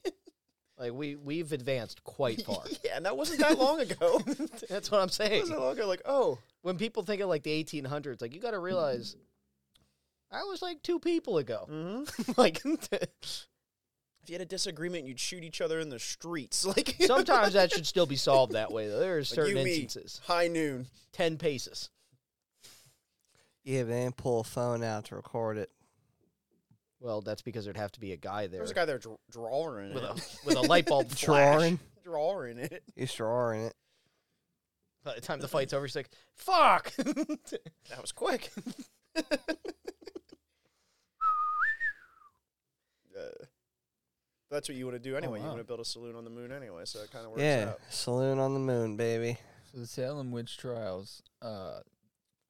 F: Like we we've advanced quite far.
D: yeah, and that wasn't that long ago. that
F: That's what I'm saying.
D: wasn't that long ago. Like, oh,
F: When people think of like the 1800s, like you got to realize I was like two people ago.
D: mm-hmm.
F: like
D: if you had a disagreement, you'd shoot each other in the streets. Like
F: sometimes that should still be solved that way. though. There are
D: Like,
F: certain
D: you, me,
F: instances.
D: high noon.
F: 10 paces.
E: Yeah, but they didn't pull a phone out to record it.
F: Well, that's because there'd have to be a guy there.
D: There was a guy there dr- drawing
F: with
D: it.
F: a with a light bulb flash.
E: Drawing?
D: drawing it.
E: He's drawing it.
F: By the time the fight's over, he's like, "Fuck!"
D: That was quick. Uh, that's what you want to do anyway. You
C: Oh, wow.
D: want to build a saloon on the moon anyway, so it kind of works
E: Yeah,
D: out.
E: saloon on the moon, baby.
C: So the Salem witch trials, uh,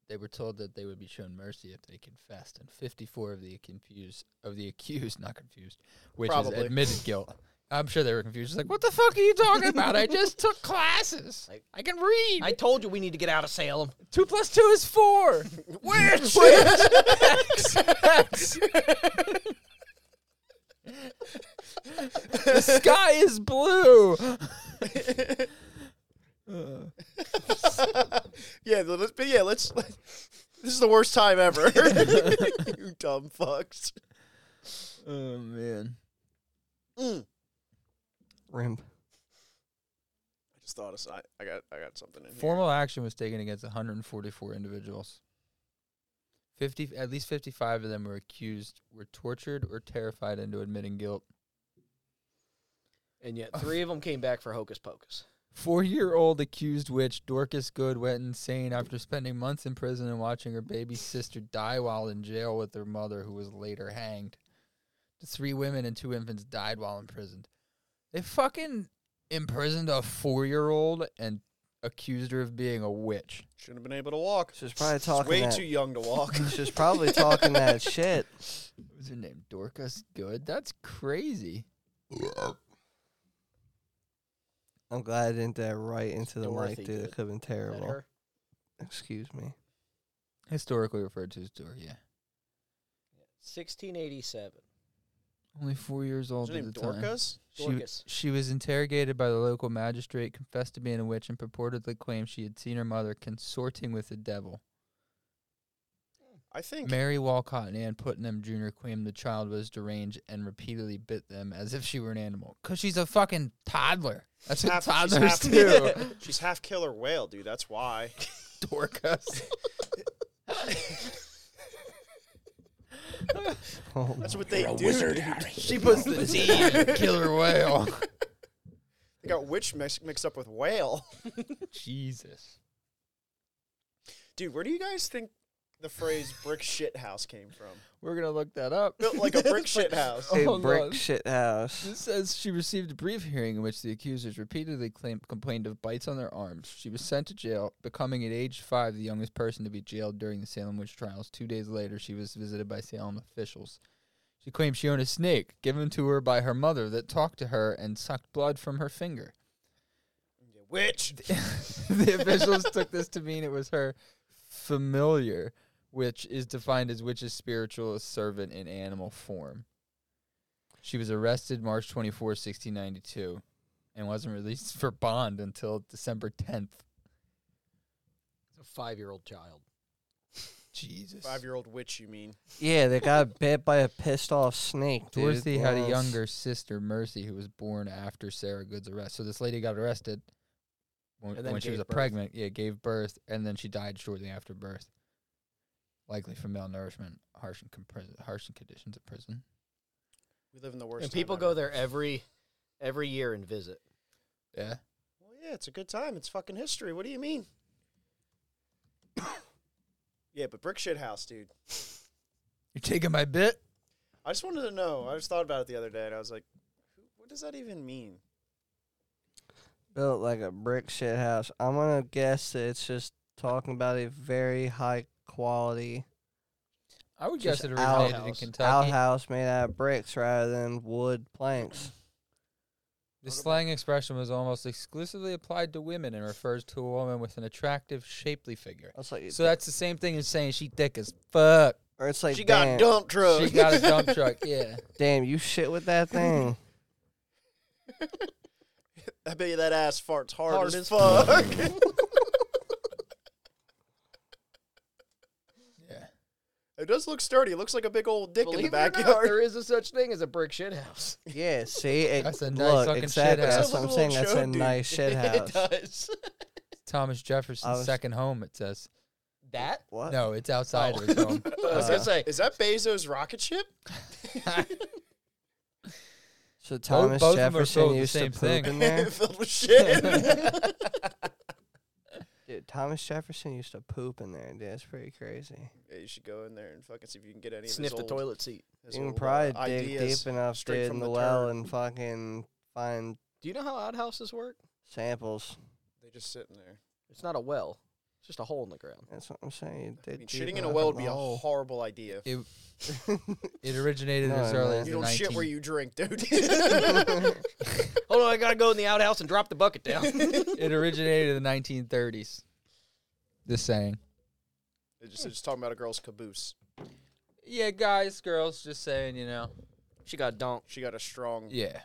C: they were told that they would be shown mercy if they confessed, and 54 of the accused of the accused, not confused, witches
D: Probably.
C: admitted guilt. I'm sure they were confused. It's like, what the fuck are you talking about? I just took classes.
F: Like-
C: I can read.
F: I told you we need to get out of Salem.
C: two plus two is four.
F: Which?
C: the sky is blue.
D: yeah, but let's, but yeah, let's. Let, this is the worst time ever. you dumb fucks.
C: Oh man.
D: Mm.
E: Rimp.
D: I just thought of si- I got I got something in here.
C: Formal action was taken against 144 individuals. 50, at least 55 of them were accused, were tortured or terrified into admitting guilt.
F: And yet, three of them came back for Hocus Pocus.
C: Four-year-old accused witch Dorcas Good went insane after spending months in prison and watching her baby sister die while in jail with her mother, who was later hanged. The three women and two infants died while imprisoned. They fucking imprisoned a four-year-old and accused her of being a witch.
D: Shouldn't have been able to walk.
E: She's probably
D: She's
E: talking
D: way
E: that.
D: too young to walk.
E: She's probably talking that shit.
C: What was her name? Dorcas Good. That's crazy.
E: I'm glad I didn't do that right into the
F: Dorothy
E: mic, dude.
F: did.
E: It could have been
F: Is that
E: terrible.
F: her?
E: Excuse me.
C: Historically referred to as Doria.
F: 1687.
C: Only four years old
D: Is
C: at
D: her name
C: the time.
D: Dorcas?
C: She,
F: Dorcas.
C: she was interrogated by the local magistrate, confessed to being a witch, and purportedly claimed she had seen her mother consorting with the devil.
D: I think.
C: Mary Walcott and Ann Putnam Jr. claimed the child was deranged and repeatedly bit them as if she were an animal. Because she's a fucking toddler. That's what
D: half- she's
C: toddlers
D: half-
C: do.
D: She's half killer whale, dude. That's why.
C: Dorcas.
E: Oh,
D: That's
E: my-
D: what they
B: A
D: do.
B: wizard
D: dude.
B: had a
C: she puts the D in killer whale.
D: They got witch mix, mixed up with whale.
C: Jesus.
D: Dude, where do you guys think the phrase brick shit house came from?
C: We're going to look that up.
D: Built like a brick shit house.
E: a
C: Hold
E: brick
C: on.
E: shit house.
C: This says she received a brief hearing in which the accusers repeatedly claimed, complained of bites on their arms. She was sent to jail, becoming at age five the youngest person to be jailed during the Salem witch trials. Two days later, she was visited by Salem officials. She claimed she owned a snake given to her by her mother that talked to her and sucked blood from her finger.
D: Witch.
C: the officials took this to mean it was her familiar, which is defined as witch's spiritual servant in animal form. She was arrested March 24, 1692, and wasn't released for bond until December 10th.
F: It's a five year old child.
C: Jesus.
D: Five year old witch, you mean?
E: Yeah, they got bit by a pissed off snake. Dude.
C: Dorothy had a
E: Yes.
C: younger sister, Mercy, who was born after Sarah Good's arrest. So this lady got arrested when,
F: And then
C: when she
F: gave
C: was a
F: birth.
C: pregnant. Yeah, gave birth, and then she died shortly after birth, likely from malnourishment, harsh and compris- harsh conditions of prison.
D: We live in the worst.
F: And
D: time
F: people
D: ever.
F: go there every every year and visit.
C: Yeah,
D: Well, yeah, it's a good time. It's fucking history. What do you mean? yeah, but brick shit house, dude.
C: you're taking my bit.
D: I just wanted to know. I just thought about it the other day, and I was like, "Who- what does that even mean?
E: built like a brick shit house. I'm gonna guess that it's just talking about a very high quality
C: I would
E: Just
C: guess it originated in
F: outhouse.
C: Kentucky.
E: outhouse made out of bricks rather than wood planks.
C: The slang expression was almost exclusively applied to women and refers to a woman with an attractive, shapely figure.
E: That's like
C: So that's the same thing as saying she thick as fuck.
E: or it's like
D: she
E: damn,
D: got dump truck.
C: She got a dump truck. Yeah.
E: damn, you shit with that thing.
D: I bet you that ass farts hard,
F: Hard
D: as,
F: as
D: fuck.
C: Yeah.
D: it does look sturdy. It looks like a big old dick in
F: Believe
D: the
F: it or not,
D: backyard.
F: there is a such thing as a brick shit house.
E: yeah, see, it,
C: That's a nice
E: look,
C: fucking shit
E: exactly.
C: house.
E: That's what I'm
D: Little
E: saying. That's a
D: joke, dude.
E: nice shit
F: it
E: house.
F: does.
C: Thomas Jefferson's
E: was-
C: second home, it says.
F: That?
E: What?
C: No, it's outside of his home.
F: I was
E: Uh,
F: gonna say
D: Is that Bezos' rocket ship?
E: So Thomas
C: both of 'em are filled
E: Jefferson
C: with the
E: used to
C: same
E: poop
C: thing.
E: in there.
D: Filled with shit.
E: Dude, Thomas Jefferson used to poop in there. Dude, that's pretty crazy.
D: Yeah, you should go in there and fucking see if you can get any
F: sniff
D: of his
F: the
D: old,
F: toilet seat.
D: his
E: You can
D: old, uh,
E: probably dig
D: ideas
E: deep enough,
D: straight
E: dude,
D: from
E: in the
D: the
E: well
D: turd.
E: and fucking find
F: Do you know how outhouses work?
E: samples.
D: They just sit in there.
F: It's not a well. It's just a hole in the ground.
E: That's what I'm saying.
D: I
E: Dig
D: mean,
E: deep
D: shitting in a
E: enough
D: well
E: and
D: would be a
E: long.
D: horrible idea.
C: It, it originated as
E: No,
C: early
E: man.
C: as
D: you
C: the
D: don't
C: 19
D: shit where you drink, dude.
F: Hold on, I gotta go in the outhouse and drop the bucket down.
C: It originated in the 1930s. This saying.
D: It's just, it's just talking about a girl's caboose.
C: Yeah, guys, girls, just saying, you know.
F: she got donked.
D: She got a strong,
C: Yeah.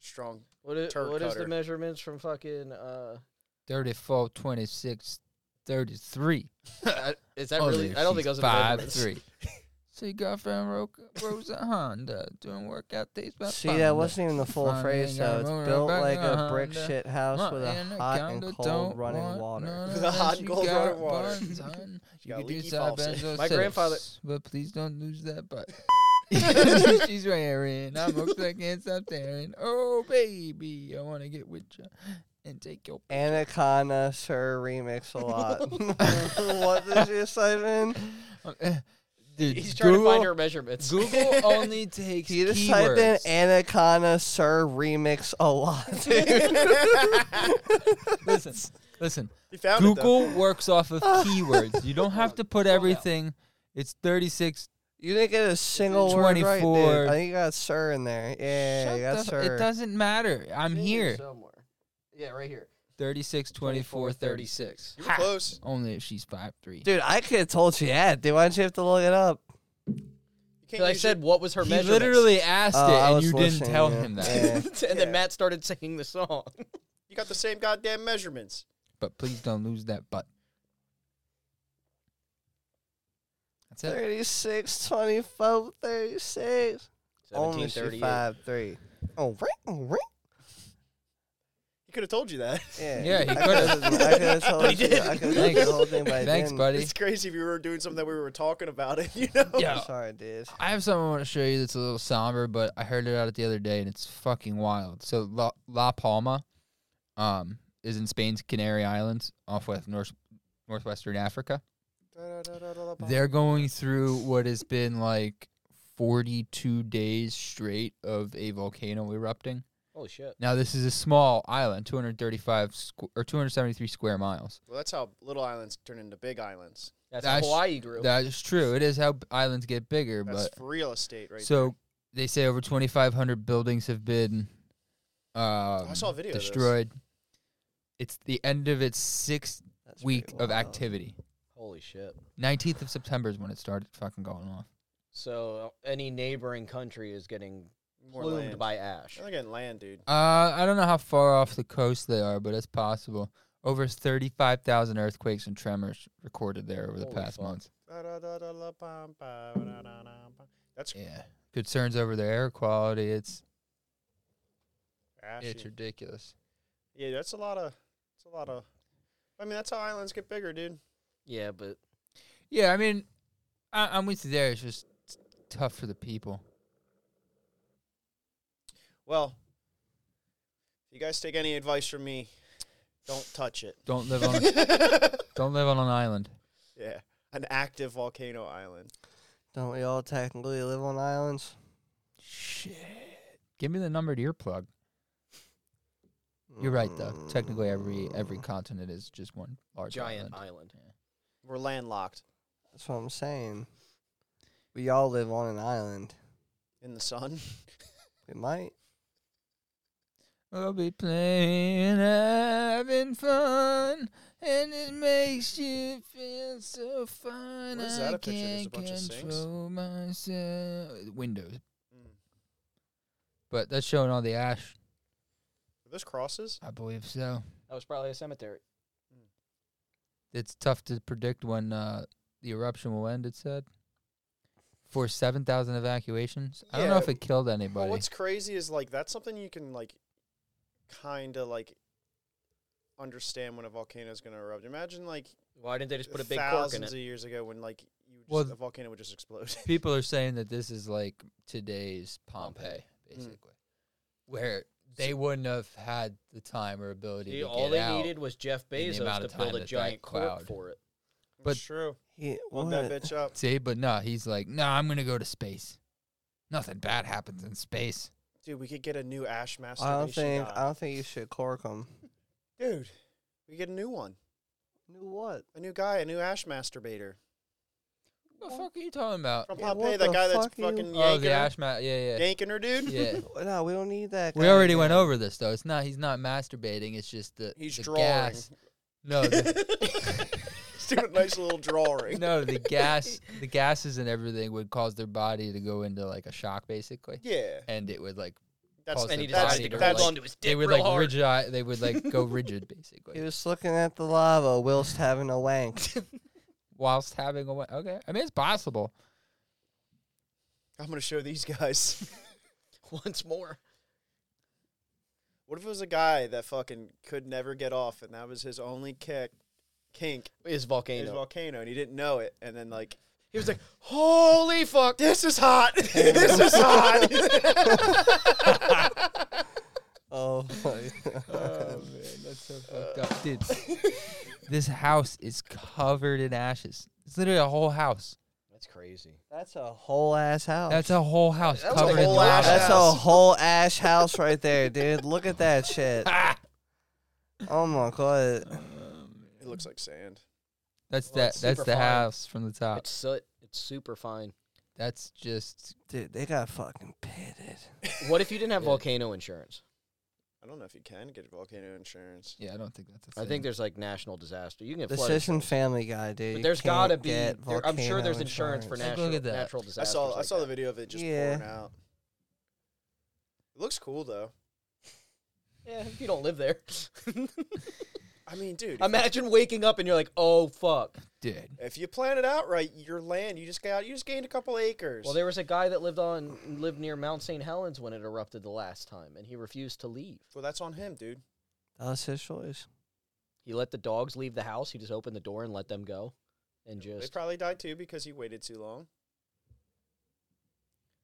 D: strong.
F: What is,
D: Turd
F: what is the
D: cutter.
F: measurements from fucking? Uh,
C: 34, 26, 33.
F: I- is that really? I don't think those are the
C: Oh, five
F: measurements.
C: three. See girlfriend Ro- Rosa Honda doing workout days. by
E: See, that
C: Fonda.
E: wasn't even the full
C: Fonda
E: phrase
C: ain't got
E: though.
C: no
E: It's built
C: rubber
E: like a brick
C: Honda.
E: shit house
C: My
E: with a hot and
C: anaconda
E: cold
C: don't
E: running
C: want none
E: water.
C: of
D: The
C: that
D: hot
C: you
D: cold
C: got,
D: running water.
C: bun, son. you
D: got
C: can do
D: leaky
C: side
D: faucet.
C: benzo
F: My
C: sit-ups,
F: grandfather-
C: But please don't lose that butt. She's wearing. I'm hooked. I can't stop staring. Oh baby, I want to get with you and take your.
E: Anaconda, sir, remix a lot. what did you siphon?
C: Uh, Dude,
F: He's trying
C: Google,
F: to find her measurements.
C: Google only takes
E: You just typed in
C: keywords.
E: Anaconda, sir, remix a lot, dude.
C: listen, listen.
D: You found it, though.
C: Google works off of
E: Oh.
C: keywords. You don't have to put everything. It's 36.
E: you didn't get a single word right, dude.
C: 24.
E: I think you got sir in there. Yeah,
C: Shut
E: you got
C: the-
E: sir.
C: It doesn't matter. I'm here.
F: somewhere. Yeah, right here.
C: 36, 24, 36.
D: You were close.
C: Only if she's 5'3.
E: Dude, I could have told you that. Dude, why don't you have to look it up?
D: You
F: Because I
D: use
F: said,
D: your-
F: what was her
C: He
F: measurements?
C: literally asked
E: Oh,
C: it
E: I
C: and
E: was
C: you didn't
E: listening,
C: tell
E: yeah.
C: him
E: Yeah.
C: that.
F: and
D: Yeah.
F: then Matt started singing the song.
D: you got the same goddamn measurements.
C: but please don't lose that butt. That's it.
E: 36, 24, 36. Only she
F: 1738.
E: 5'3". Oh, right, oh, right.
D: He could have told you that.
E: Yeah,
C: Yeah, he
E: I
C: coulda.
E: coulda- I could have told
F: But
E: you.
F: he
E: I could have told you
C: Thanks.
E: the whole thing, but I
C: Thanks,
E: didn't.
C: buddy.
D: It's crazy if you were doing something that we were talking about it, you know?
C: Yeah.
E: I'm sorry, dude.
C: I have something I want to show you that's a little somber, but I heard about it the other day and it's fucking wild. So La, La Palma um, is in Spain's Canary Islands, off with north northwestern Africa. They're going through what has been like forty-two days straight of a volcano erupting.
F: Holy shit.
C: Now this is a small island, two hundred thirty-five squ- or two hundred seventy-three square miles.
D: Well, that's how little islands turn into big islands.
F: That's,
C: That's-
F: Hawaii grew.
C: That is true. It is how b- islands get bigger,
D: That's
C: but
D: for real estate right
C: so they say over 2,500 buildings have been um,
D: I saw a video of this.
C: destroyed. It's the end of its sixth
E: That's
C: week
E: pretty
C: of
E: wild.
C: activity.
F: Holy shit.
C: 19th of September is when it started fucking going off.
F: So uh, any neighboring country is getting
D: there. More
F: plumed
D: land.
F: by ash.
D: They're getting land, dude.
C: Uh, I don't know how far off the coast they are, but it's possible. Over 35,000 earthquakes and tremors recorded there over the
F: Holy
C: past
F: fuck.
C: month.
D: That's
C: Yeah. Concerns over the air quality. It's it's
D: ashy.
C: ridiculous.
D: Yeah, that's a lot of. That's a lot of. I mean, that's how islands get bigger, dude.
F: Yeah, but
C: Yeah, I mean, I, I'm with you there. It's just tough for the people.
D: Well, if you guys take any advice from me, don't touch it.
C: Don't live on a, don't live on an island.
D: Yeah, an active volcano island.
E: Don't we all technically live on islands?
C: Shit. Give me the number to your plug. You're right though. Technically every every
E: Mm,
C: continent is just one large
F: giant
C: island.
F: island.
D: We're landlocked
E: That's what I'm saying. We all live on an island.
D: in the sun.
E: We might.
C: I'll be playing, having fun, and it makes you feel so fine.
D: What is
C: I
D: that a picture?
C: can't
D: There's a bunch of sinks?
C: control myself. Windows,
D: Mm.
C: but that's showing all the ash.
D: Are those crosses?
C: I believe so.
F: That was probably a cemetery.
C: It's tough to predict when uh, the eruption will end. It said for seven thousand evacuations. I don't know
D: Yeah.
C: if it killed
D: Well,
C: anybody.
D: what's crazy is like that's something you can like kind of like understand when a volcano is going to erupt. Imagine like
F: Why didn't they just put a big cork in
D: thousands
F: it?
D: of years ago when like you just,
C: Well,
D: a volcano would just explode.
C: people are saying that this is like today's Pompeii,
F: Pompeii. Mm.
C: basically, where they wouldn't have had the time or ability
F: See,
C: to
F: all
C: get
F: they
C: out.
F: needed was Jeff
C: the amount
F: Bezos
C: of
F: to build
C: time
F: a
C: that
F: giant
C: that
F: cork
C: cloud-
F: for it.
C: But-
D: it's true.
E: Yeah,
D: Hold
E: what?
D: that bitch up,
C: See, but no, he's like, no, nah, I'm gonna go to space. Nothing bad happens in space.
D: dude. We could get a new ash masturbation.
E: I don't think.
D: god.
E: I don't think you should cork them.
D: dude. We get a new one.
E: Knew what?
D: A new guy, a new ash masturbator
C: What the fuck are you talking about?
D: from
E: Yeah,
D: Pompeii.
E: what
D: That
E: the
D: guy that's
E: fuck you-
D: fucking
C: Oh,
D: yanking,
C: the
D: her,
C: ash mat. Yeah, yeah,
D: yanking her, dude.
C: yeah.
E: No, we don't need that.
C: We
E: guy
C: already went
E: again.
C: over this though. It's not. He's not masturbating. It's just the
D: He's
C: the
D: drawing.
C: gas. No, the,
D: He's doing a nice little drawing.
C: no, the gas, the gases and everything would cause their body to go into like a shock, basically,
D: Yeah,
C: and it would like
D: that's
C: Calls
F: And
C: the
F: he
D: that's,
C: body
F: decided to
C: or,
D: that's
F: hold
C: like-
F: onto his dick
C: they would
F: real
C: like
F: hard.
C: rigid. They would like go rigid, basically.
E: He was looking at the lava whilst having a wank.
C: whilst having a wa- okay. I mean, it's possible.
D: I'm gonna show these guys.
F: once more.
D: What if it was a guy that fucking could never get off, and that was his only kick, kink,
F: Is volcano.
D: his volcano, and he didn't know it, and then like,
F: he was like, "Holy fuck!"
D: this is hot, this is hot.
E: oh, my
C: Oh man, that's so fucked up, dude. this house is covered in ashes. It's literally a whole house.
F: That's crazy.
E: that's a whole ass house.
C: That's a whole house
F: That's a
C: covered in
D: whole
C: lava.
D: ash
E: That's
D: house.
E: a whole ash house right there, dude. Look at that shit. oh my god.
D: it looks like sand.
C: That's
F: Well,
C: that.
F: it's
C: That's
F: super
C: the
F: fine.
C: house from the top.
F: It's soot. It's super fine.
C: That's just
E: Dude, they got fucking pitted.
F: What if you didn't have
C: Yeah.
F: volcano insurance?
D: I don't know if you can get volcano insurance.
C: yeah. I don't think that's. A
F: I think there's like national disaster. You can get
E: The
F: flooded.
E: Sisson family guy, dude.
F: But
E: you
F: there's
E: can't
F: gotta be.
E: get
F: there- I'm sure
E: volcano
F: there's insurance, for
C: insurance. Look
F: natural
C: at that.
F: natural
D: I
F: disasters.
D: saw I
F: like
D: saw
F: that.
D: the video of it just
E: Yeah.
D: pouring out. It looks cool though.
F: Yeah, if you don't live there.
D: I mean, dude, if,
F: Imagine waking up and you're like, "Oh fuck."
C: dude.
D: if you plan it out right, your land you just got you just gained a couple acres.
F: Well, there was a guy that lived on lived near Mount St. Helens when it erupted the last time, and he refused to leave.
D: well, that's on him, dude.
E: That was his choice.
F: He let the dogs leave the house. He just opened the door and let them go, and
D: They
F: just
D: probably died too because he waited too long.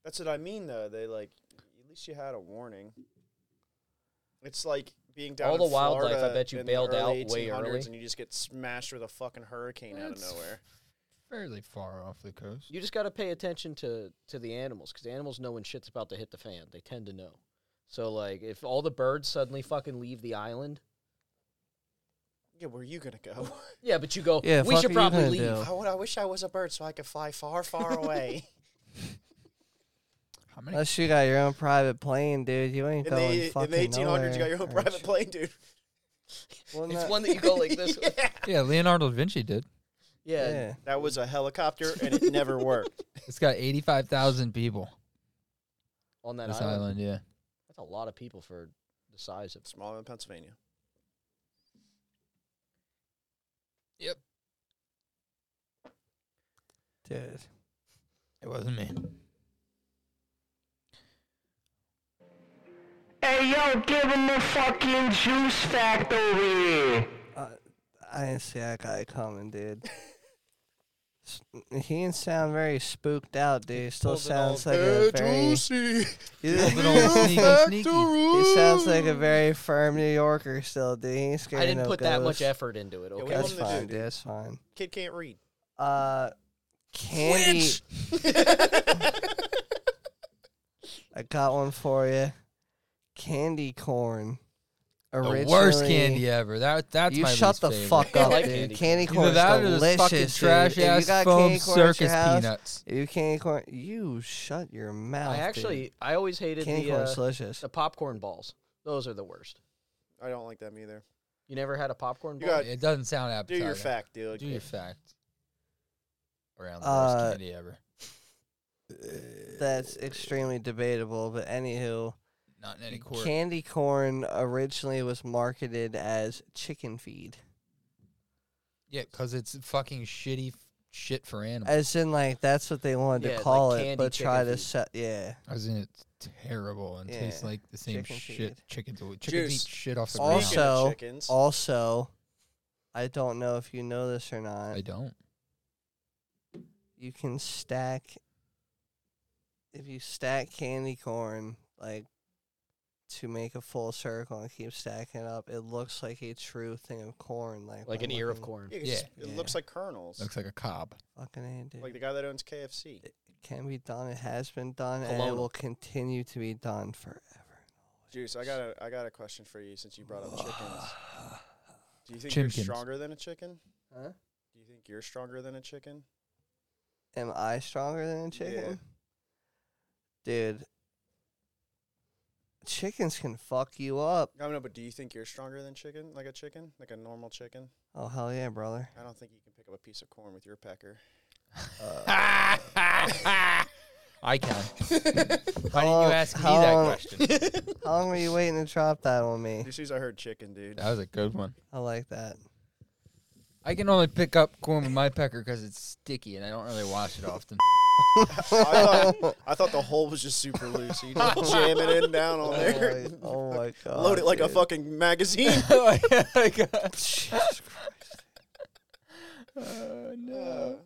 D: That's what I mean, though. They like at least you had a warning. It's like being down
F: All
D: in
F: the wildlife, I
D: Florida
F: bet you
D: in the
F: bailed out
D: early
F: way
D: 1800s
F: early.
D: and you just get smashed with a fucking hurricane out of
C: That's-
D: nowhere.
C: Fairly far off the coast.
F: you just got to pay attention to to the animals because animals know when shit's about to hit the fan. They tend to know. So like, if all the birds suddenly fucking leave the island,
D: Yeah, where are you gonna go?
F: yeah, but you go,
E: Yeah,
F: we
E: fuck
F: should
E: are you
F: probably
E: gonna
F: leave.
E: do?
D: I would. I wish I was a bird so I could fly far, far away.
C: How many?
E: Unless you got your own private plane, dude. You
D: in
E: ain't
D: the
E: going
D: in
E: fucking
D: the eighteen
E: nowhere,
D: hundreds, you got your own
E: aren't
D: private
E: you?
D: plane, dude.
E: Well,
F: It's
E: not-
F: one that you go like this. with.
C: Yeah, Leonardo da Vinci did.
F: Yeah,
E: Yeah.
D: That was a helicopter, and it never worked.
C: It's got eighty-five thousand people.
F: on that
C: This
F: island.
C: island, yeah.
F: That's a lot of people for the size of.
D: Smaller than Pennsylvania.
E: Dude.
C: It wasn't me.
B: Hey, yo, give him the fucking juice fact over here.
E: Uh, I didn't see that guy coming, dude. S- he didn't sound very spooked out, dude. He still
F: pulled an
E: sounds
F: old-
E: like a very.
C: Little sneaky, sneaky.
E: He sounds like a very firm New Yorker still, dude. He ain't scared
F: I
E: of
F: didn't
E: no
F: put that much
E: ghosts.
F: effort into it.
D: we
F: Okay,
E: That's
D: What do you want
E: fine,
D: him to do,
E: dude. That's fine.
D: Kid can't read.
E: Uh, candy. I got one for you. Candy corn.
C: The worst
E: Originally-
C: candy ever. That that's
E: You
C: my
E: shut
C: least
E: the
C: favorite.
E: fuck
F: I
E: up,
F: like
E: dude.
F: candy
E: Candy corn
C: Either that or
E: is
C: this fucking
E: delicious,
C: trash
E: dude. If you
C: ass
E: got
C: foam
E: candy corn at your
C: circus
E: house,
C: peanuts.
E: If you candy corn, you shut your mouth.
F: I
E: dude.
F: actually I always hated
E: candy
F: the
E: corn's
F: uh,
E: delicious.
F: the popcorn balls. Those are the worst.
D: I don't like them either.
F: You never had a popcorn
D: You
F: ball?
E: uh,
D: got-
C: It doesn't sound
D: Do
C: appetizing.
D: your fact, dude.
C: Do your fact. Around the
E: Uh,
C: worst candy ever.
E: That's extremely debatable, but anywho,
C: Not in any court.
E: candy corn originally was marketed as chicken feed,
C: Yeah, because it's fucking shitty f- shit for animals.
E: as in like that's what they wanted
F: Yeah,
E: to
F: like
E: call it,
F: candy
E: but try
F: chicken
E: to
F: feed.
E: set yeah.
C: As in, it's terrible and tastes
E: Yeah,
C: like the same
E: chicken feed.
C: shit chickens always. Chickens
D: Juice.
C: eat shit off the
D: Speaking
C: ground.
E: Also-
D: of chickens,
E: Also, I don't know if you know this or not.
C: I don't.
E: you can stack if you stack candy corn like to make a full circle and keep stacking it up it looks like a true thing of corn like
F: like
E: by
F: an ear of
E: looking-
F: corn.
D: Yeah, 'cause
E: Yeah.
D: it
E: Yeah.
D: looks like kernels,
C: Looks like a cob.
E: fucking A, dude.
D: like the guy that owns KFC.
E: it can be done it has been done and it
F: Colonel.
E: will continue to be done forever
D: Juice, I got a I got a question for you since you brought up chickens. Do you think
C: Chimkins.
D: you're stronger than a chicken? Do you think you're stronger than a chicken?
E: Am I stronger than a chicken? Dude. Chickens can fuck you up.
D: I don't know, but do you think you're stronger than chicken? Like a chicken? Like a normal chicken?
E: Oh hell yeah, brother.
D: I don't think you can pick up a piece of corn with your pecker.
C: I can. Why didn't
E: How-
C: you ask me that
E: how-
C: question?
E: How long were you waiting to drop that on me?
D: As soon as I heard chicken, dude.
C: That was a good one.
E: I like that.
C: I can only pick up corn with my pecker because it's sticky and I don't really wash it often.
D: I thought, I thought the hole was just super loose. You just jam it in down on
E: Oh
D: there.
E: my, oh my god.
D: Load it like a
E: dude.
D: fucking magazine.
E: Jesus
C: Oh no.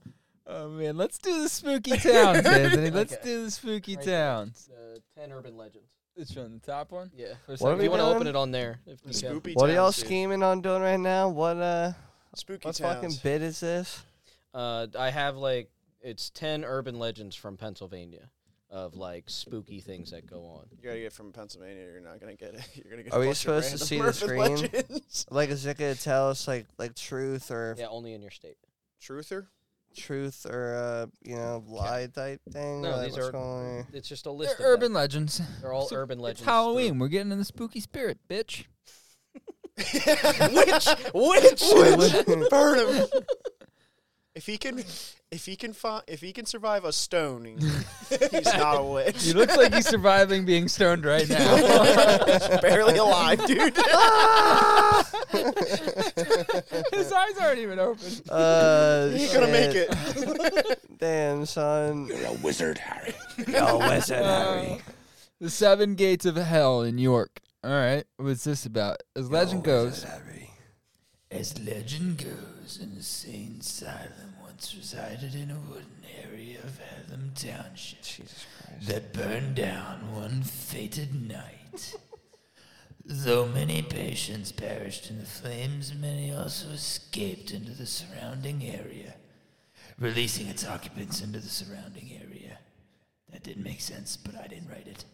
C: Oh man, let's do the spooky towns, Anthony. Let's
F: Okay.
C: do the spooky
F: Right there.
C: towns.
F: Uh, Ten urban legends.
C: It's from the top one.
F: Yeah.
C: For
E: What are
F: If
E: we
F: you want to
E: doing?
F: open it on there, if you can.
D: Spooky
E: What are y'all
D: towns, dude.
E: scheming on doing right now? What uh
D: Spooky
E: what fucking
D: towns.
E: bit is this?
F: Uh, I have like it's ten urban legends from Pennsylvania of like spooky things that go on.
D: you gotta get from Pennsylvania. You're not gonna get it. You're gonna get.
E: Are
D: a
E: we
D: bunch of
E: supposed to
D: random
E: see the
D: urban
E: screen?
D: legends.
E: Like is it gonna tell us like like truth or
F: Yeah, only in your state.
D: Truther.
E: truth or uh you know lie type thing?
F: No,
E: like,
F: these
E: what's
F: are-
E: going on?
F: It's just a
C: They're
F: list. of
C: urban
F: them.
C: legends.
F: They're all
C: So
F: urban legends.
C: It's
F: through-
C: Halloween. We're getting in the spooky spirit, bitch.
D: Which which which burn him. If he can, if he can find, if he can survive a stoning, he's not a witch.
C: You look like you're surviving being stoned right now.
D: he's barely alive, dude.
C: His eyes aren't even open.
E: Uh,
D: He ain't gonna make
E: shit.
D: it.
E: Damn, son.
A: You're a wizard, Harry.
E: Yo, wizard Harry.
C: The Seven Gates of Hell in York. All right, what's this about? As legend goes, As legend goes, an insane asylum once resided in a wooden area of Hallam Township that burned down one fated night. Though many patients perished in the flames, many also escaped into the surrounding area, releasing its occupants into the surrounding area. That didn't make sense, but I didn't write it.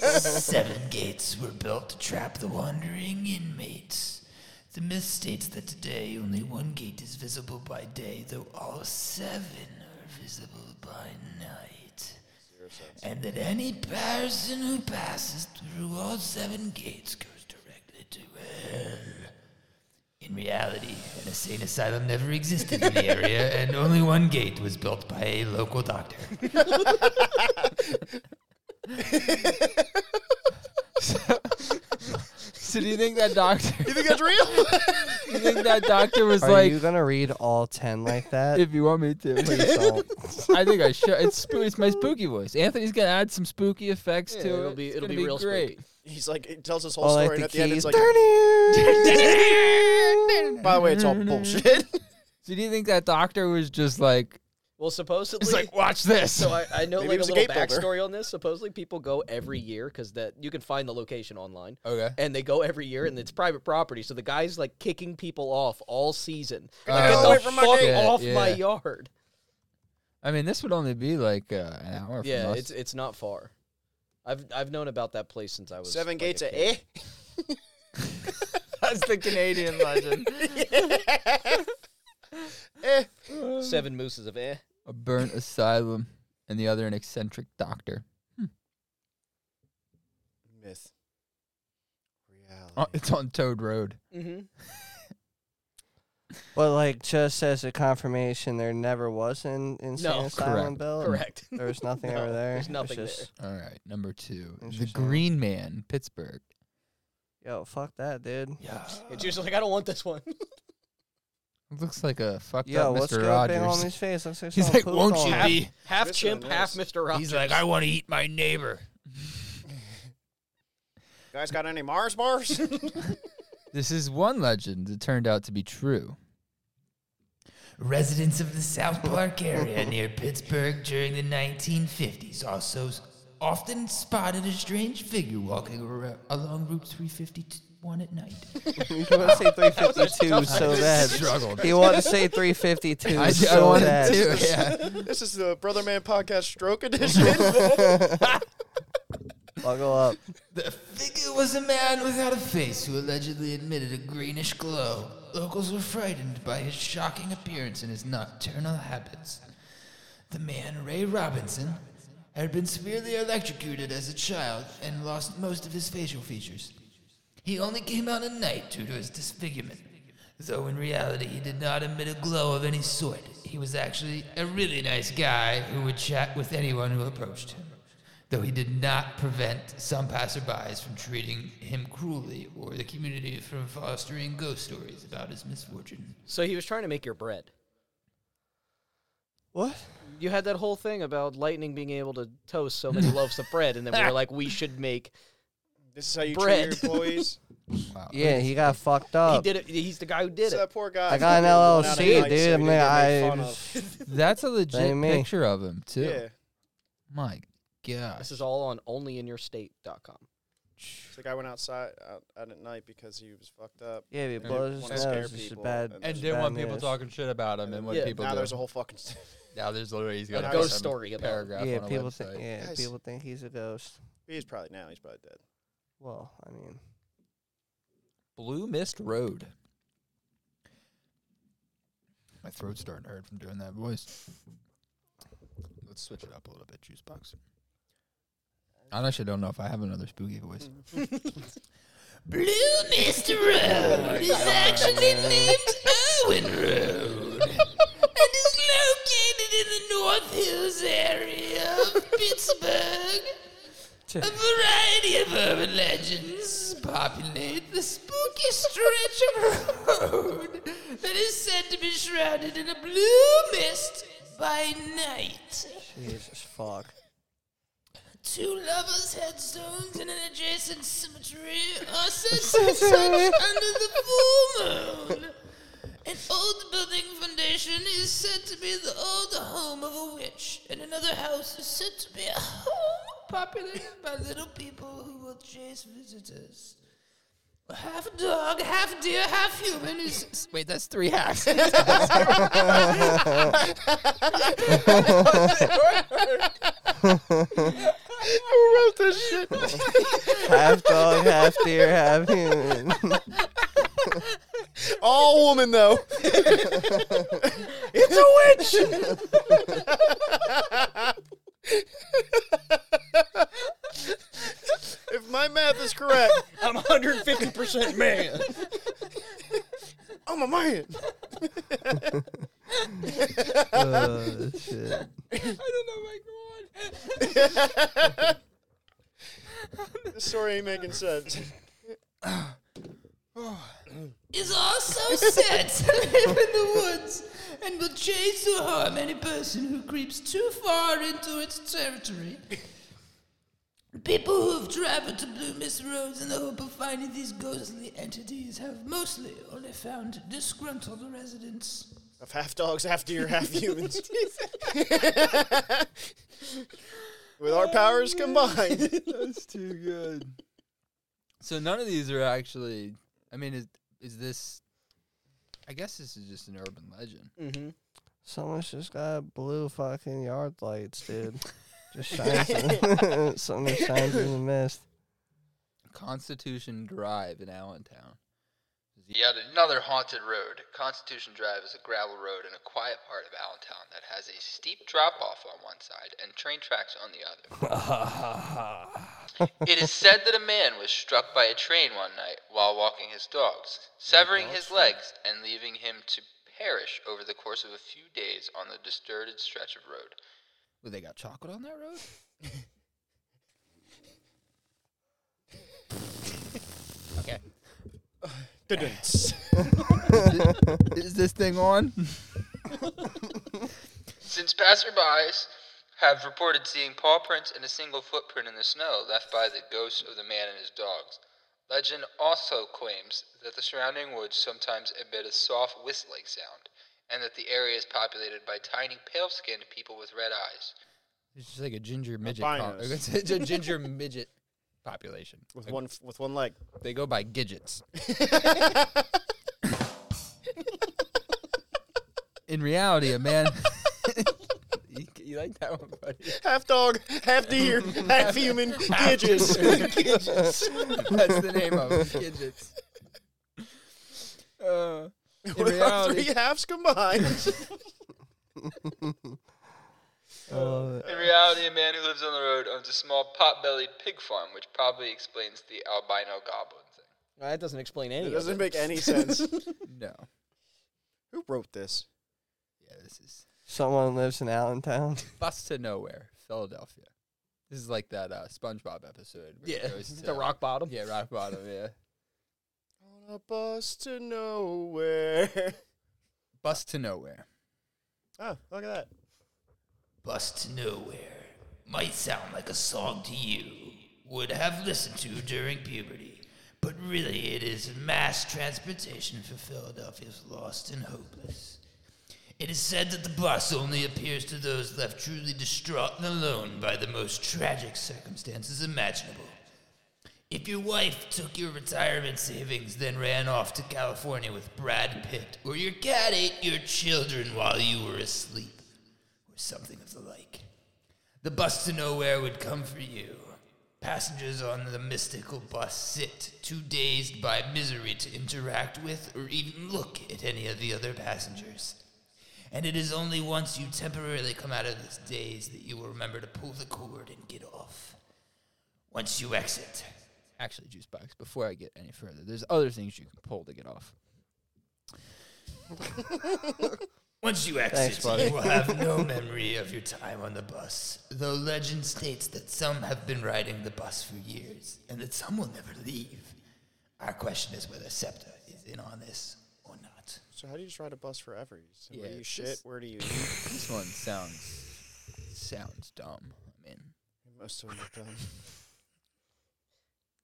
C: Seven gates were built to trap the wandering inmates. The myth states that today only one gate is visible by day, though all seven are visible by night. And that any person who passes through all seven gates goes directly to hell. In reality, an insane asylum never existed in the area, and only one gate was built by a local doctor. So do you think that doctor?
D: You think that's real?
C: You think that doctor was
E: Are
C: like,
E: you gonna read all ten like that?
C: if you want me to?
E: Please don't.
C: I think I should. It's spoo- it's my spooky voice. Anthony's gonna add some spooky effects
F: Yeah,
C: to it.
F: it'll be
C: It's
F: it'll
C: gonna
F: be, real
C: great.
F: spooky.
D: He's like, it tells his whole
E: All
D: story,
E: like
D: and
E: the
D: at the end,
E: keys.
D: it's like,
E: Turn it.
D: by the way, it's all bullshit.
C: So do you think that doctor was just like,
F: Well, supposedly,
C: it's like watch this?
F: so I, I know
D: Maybe
F: like
D: it
F: a
D: was a
F: little
D: gate builder.
F: backstory on this. Supposedly, people go every year because that you can find the location online.
C: okay.
F: and they go every year, and it's private property. So the guy's like kicking people off all season.
C: You're
F: Like,
C: like,
F: get
C: "Get
F: the
C: away
D: from my
F: fuck
C: gate."
F: off my
C: Yeah.
F: yard.
C: I mean, this would only be like uh, an hour. From
F: Yeah,
C: us.
F: it's it's not far. I've I've known about that place since I was
D: Seven
F: like,
D: gates
F: a
D: of
F: kid.
D: eh.
C: that's the Canadian legend.
D: Eh.
F: Seven mooses of eh.
C: A burnt asylum, and the other an eccentric doctor.
D: Myth. Reality.
C: Oh, it's on Toad Road.
F: Mm-hmm.
E: But like, just as a confirmation, there never was an insane
F: No.
E: asylum
C: Correct.
E: built.
F: Correct.
E: There was nothing
F: No,
E: over there.
F: there's
E: It was
F: nothing there.
E: just,
C: All right, number two, the
E: Interesting.
C: Green Man, Pittsburgh.
E: Yo, fuck that, dude.
C: Yeah,
F: It's usually like I don't want this one.
C: looks like a fucked
E: Yo,
C: up
E: what's
C: Mr.
E: going on
C: Rogers.
E: his face? Looks like
C: He's
E: someone
C: like,
E: pooped
C: won't
E: on
C: you
E: him."
C: be?
F: Half
D: This
F: chimp,
D: one
F: half
D: is.
F: Mr. Rogers.
C: He's like, I want to eat my neighbor.
D: You guys got any Mars bars?
C: This is one legend that turned out to be true.
G: Residents of the South Park area near Pittsburgh during the 1950s also s- often spotted a strange figure walking ar- along Route 351 at night.
E: You want to say 352 so bad.
C: Struggled.
E: You want to say 352
C: I, I
E: so
C: wanted
E: bad.
C: to. Yeah.
D: this is the Brother Man Podcast Stroke Edition.
E: Buckle up.
G: The figure was a man without a face who allegedly admitted a greenish glow
H: Locals were frightened by his shocking appearance and his nocturnal habits. The man, Ray Robinson, had been severely electrocuted as a child and lost most of his facial features. He only came out at night due to his disfigurement, though in reality he did not emit a glow of any sort. He was actually a really nice guy who would chat with anyone who approached him, though he did not prevent some passerbys from treating him cruelly or the community from fostering ghost stories about his misfortune.
F: So he was trying to make your bread.
E: What?
F: You had that whole thing about lightning being able to toast so many loaves of bread, and then we were like, we should make.
D: This is how you
F: Bread.
D: treat your employees.
H: Wow.
E: Yeah, he got fucked up.
F: He did it. He's the guy who did
D: so
F: it.
D: that poor guy.
E: I got an
D: fucking went out at
E: LLC,
D: night so he
E: dude. I'm
D: didn't
E: like,
D: get made fun
E: I.
D: of.
C: That's a legit
E: Blame me.
C: picture of him too.
D: Yeah.
C: My gosh.
F: This is all on onlyinyourstate.com.
D: The guy went outside out, out at night because he was fucked up.
E: Yeah, he
D: And
E: blows
D: wanna
E: his
D: scare
E: nose. This is
D: people,
E: bad.
D: and
C: And
E: It's
C: didn't
E: bad
C: want people
E: news.
C: talking shit about him and what
F: Yeah,
C: people
D: now
C: do.
D: there's a whole fucking. st-
C: now there's literally he's
D: A
C: got
D: ghost
C: some
F: story about it.
C: paragraph
E: Yeah,
C: on a
E: people
C: website.
E: think. Yeah,
D: Guys.
E: people think he's a ghost.
D: he's probably now. He's probably dead.
E: Well, I mean,
C: Blue Mist Road. My throat's starting to hurt from doing that voice. Let's switch it up a little bit, juice box. I actually don't know if I have another spooky voice.
H: Blue Mist Road is actually named Owen Road and is located in the North Hills area of Pittsburgh. A variety of urban legends populate the spooky stretch of road that is said to be shrouded in a blue mist by night.
E: Jesus fuck.
H: Two lovers' headstones in an adjacent cemetery are said to be touched under the full moon. An old building foundation is said to be the old home of a witch, and another house is said to be a home populated by little people who will chase visitors. Half dog, half deer, half human is. Wait, that's three halves.
E: half dog, half deer, half human.
D: All woman though. it's a witch. if my math is correct,
F: I'm 150% man.
D: I'm a man.
E: oh, shit.
D: This story ain't making sense.
H: is also said to live in the woods and will chase or harm any person who creeps too far into its territory. People who have traveled to Blue Mist Roads in the hope of finding these ghostly entities have mostly only found disgruntled residents.
D: Of half dogs, half deer, half humans. With our powers combined.
C: That's too good. So none of these are actually. I mean, is is this? I guess this is just an urban legend.
F: Mm-hmm.
E: Someone's just got blue fucking yard lights, dude. Just shines. in- Something shines in the mist.
C: Constitution Drive in Allentown. Yet another haunted road. Constitution Drive is a gravel road in a quiet part of Allentown that has a steep drop off on one side and train tracks on the other. It is said that a man was struck by a train one night while walking his dogs, severing his legs and leaving him to perish over the course of a few days on the disturbed stretch of road. Well, they got chocolate on that road? Is this thing on? Since passerbys have reported seeing paw prints and a single footprint in the snow left by the ghost of the man and his dogs, legend also claims that the surrounding woods sometimes emit a soft whistling sound, and that the area is populated by tiny, pale-skinned people with red eyes. It's just like a ginger midget.
D: pop- Albinos.
C: it's a ginger midget population.
D: With one with one leg.
C: They go by gidgets. In reality, a man. you, you like that one, buddy?
D: Half dog, half deer, half human, gidgets.
C: That's the name of it. Gidgets. Uh,
D: What about
C: reality-
D: three halves combined?
E: Oh,
H: Uh, In reality, a man who lives on the road owns a small pot-bellied pig farm, which probably explains the albino goblin thing.
F: Now, that doesn't explain any.
D: it
F: of
D: doesn't
F: it.
D: make any sense.
C: No.
D: Who wrote this?
C: Yeah, this is
E: someone lives in Allentown.
C: bus to nowhere, Philadelphia. This is like that uh, SpongeBob episode. Where he
F: Yeah,
C: goes
F: the
C: to-
F: rock bottom.
C: Yeah, rock bottom. Yeah,
D: On a bus to nowhere.
C: bus to nowhere.
D: Oh, look at that.
H: Bus to Nowhere might sound like a song to you would have listened to during puberty, but really it is mass transportation for Philadelphia's lost and hopeless. It is said that the bus only appears to those left truly distraught and alone by the most tragic circumstances imaginable. If your wife took your retirement savings, then ran off to California with Brad Pitt, or your cat ate your children while you were asleep, or something of the like. The bus to nowhere would come for you. Passengers on the mystical bus sit, too dazed by misery to interact with or even look at any of the other passengers. And it is only once you temporarily come out of this daze that you will remember to pull the cord and get off. Once you exit,
C: Actually, juice box. Before I get any further, there's other things you can pull to get off.
H: Once you exit, you will have no memory of your time on the bus, though legend states that some have been riding the bus for years and that some will never leave. Our question is whether SEPTA is in on this or not.
D: So how do you just ride a bus forever? You just- Where
C: Yeah,
D: do you
C: it's
D: shit?
C: just-
D: Where do you eat?
C: This one sounds sounds dumb. I mean,
D: Most of them are done.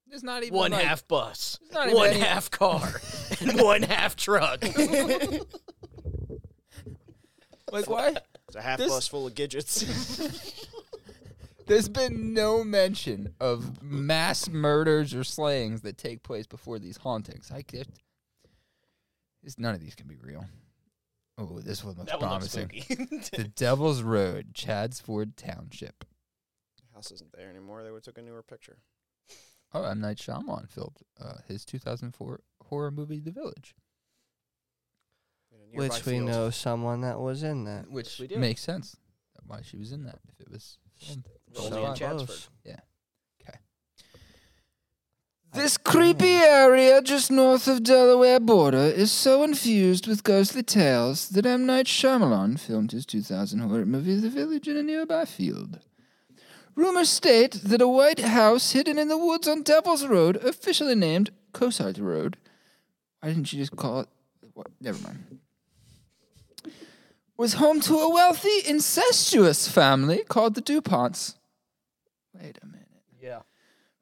C: there's not even
F: One
C: like-
F: half bus,
C: not even
F: one
C: any-
F: half car, and one half truck.
C: Like why?
D: It's a half
C: This-
D: bus full of gidgets.
C: There's been no mention of mass murders or slayings that take place before these hauntings. I get this, none of these can be real. Oh, this one looks
F: That one looks
C: promising.
F: spooky.
C: the Devil's Road, Chadsford Township.
D: House isn't there anymore. They would took a newer picture.
C: Oh, M. Night Shyamalan filmed uh, his 2004 horror movie The Village,
D: In a nearby
E: Which we
D: field.
E: know someone that was in that.
C: which
F: we do.
C: makes sense. Why she was in that if it was filmed.
F: Only
C: So
F: in
C: I-
F: Chatsford.
G: This creepy area just north of Delaware border is so infused with ghostly tales that M. Night Shyamalan filmed his 2000 horror movie The Village in a nearby field. Rumors state that a white house hidden in the woods on Devil's Road, officially named Cosite Road, why didn't you just call it? What? Never mind. Was home to a wealthy, incestuous family called the DuPonts. Wait a minute
F: Yeah.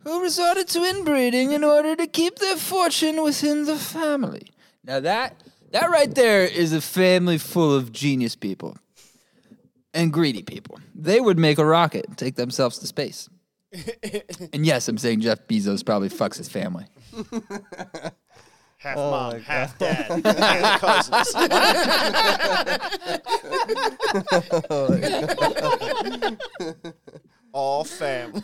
G: who resorted to inbreeding in order to keep their fortune within the family. Now that that right there is a family full of genius people and greedy people. They would make a rocket and take themselves to space. and yes, I'm saying Jeff Bezos probably fucks his family.
D: Half
E: Oh my
D: mom, half dad, and cousins. All family.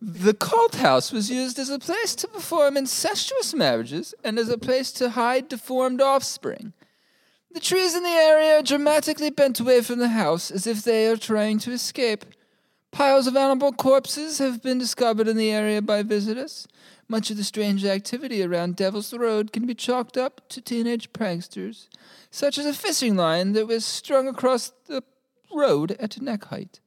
G: The cult house was used as a place to perform incestuous marriages and as a place to hide deformed offspring. The trees in the area are dramatically bent away from the house as if they are trying to escape. Piles of animal corpses have been discovered in the area by visitors. Much of the strange activity around Devil's Road can be chalked up to teenage pranksters, such as a fishing line that was strung across the road at neck height.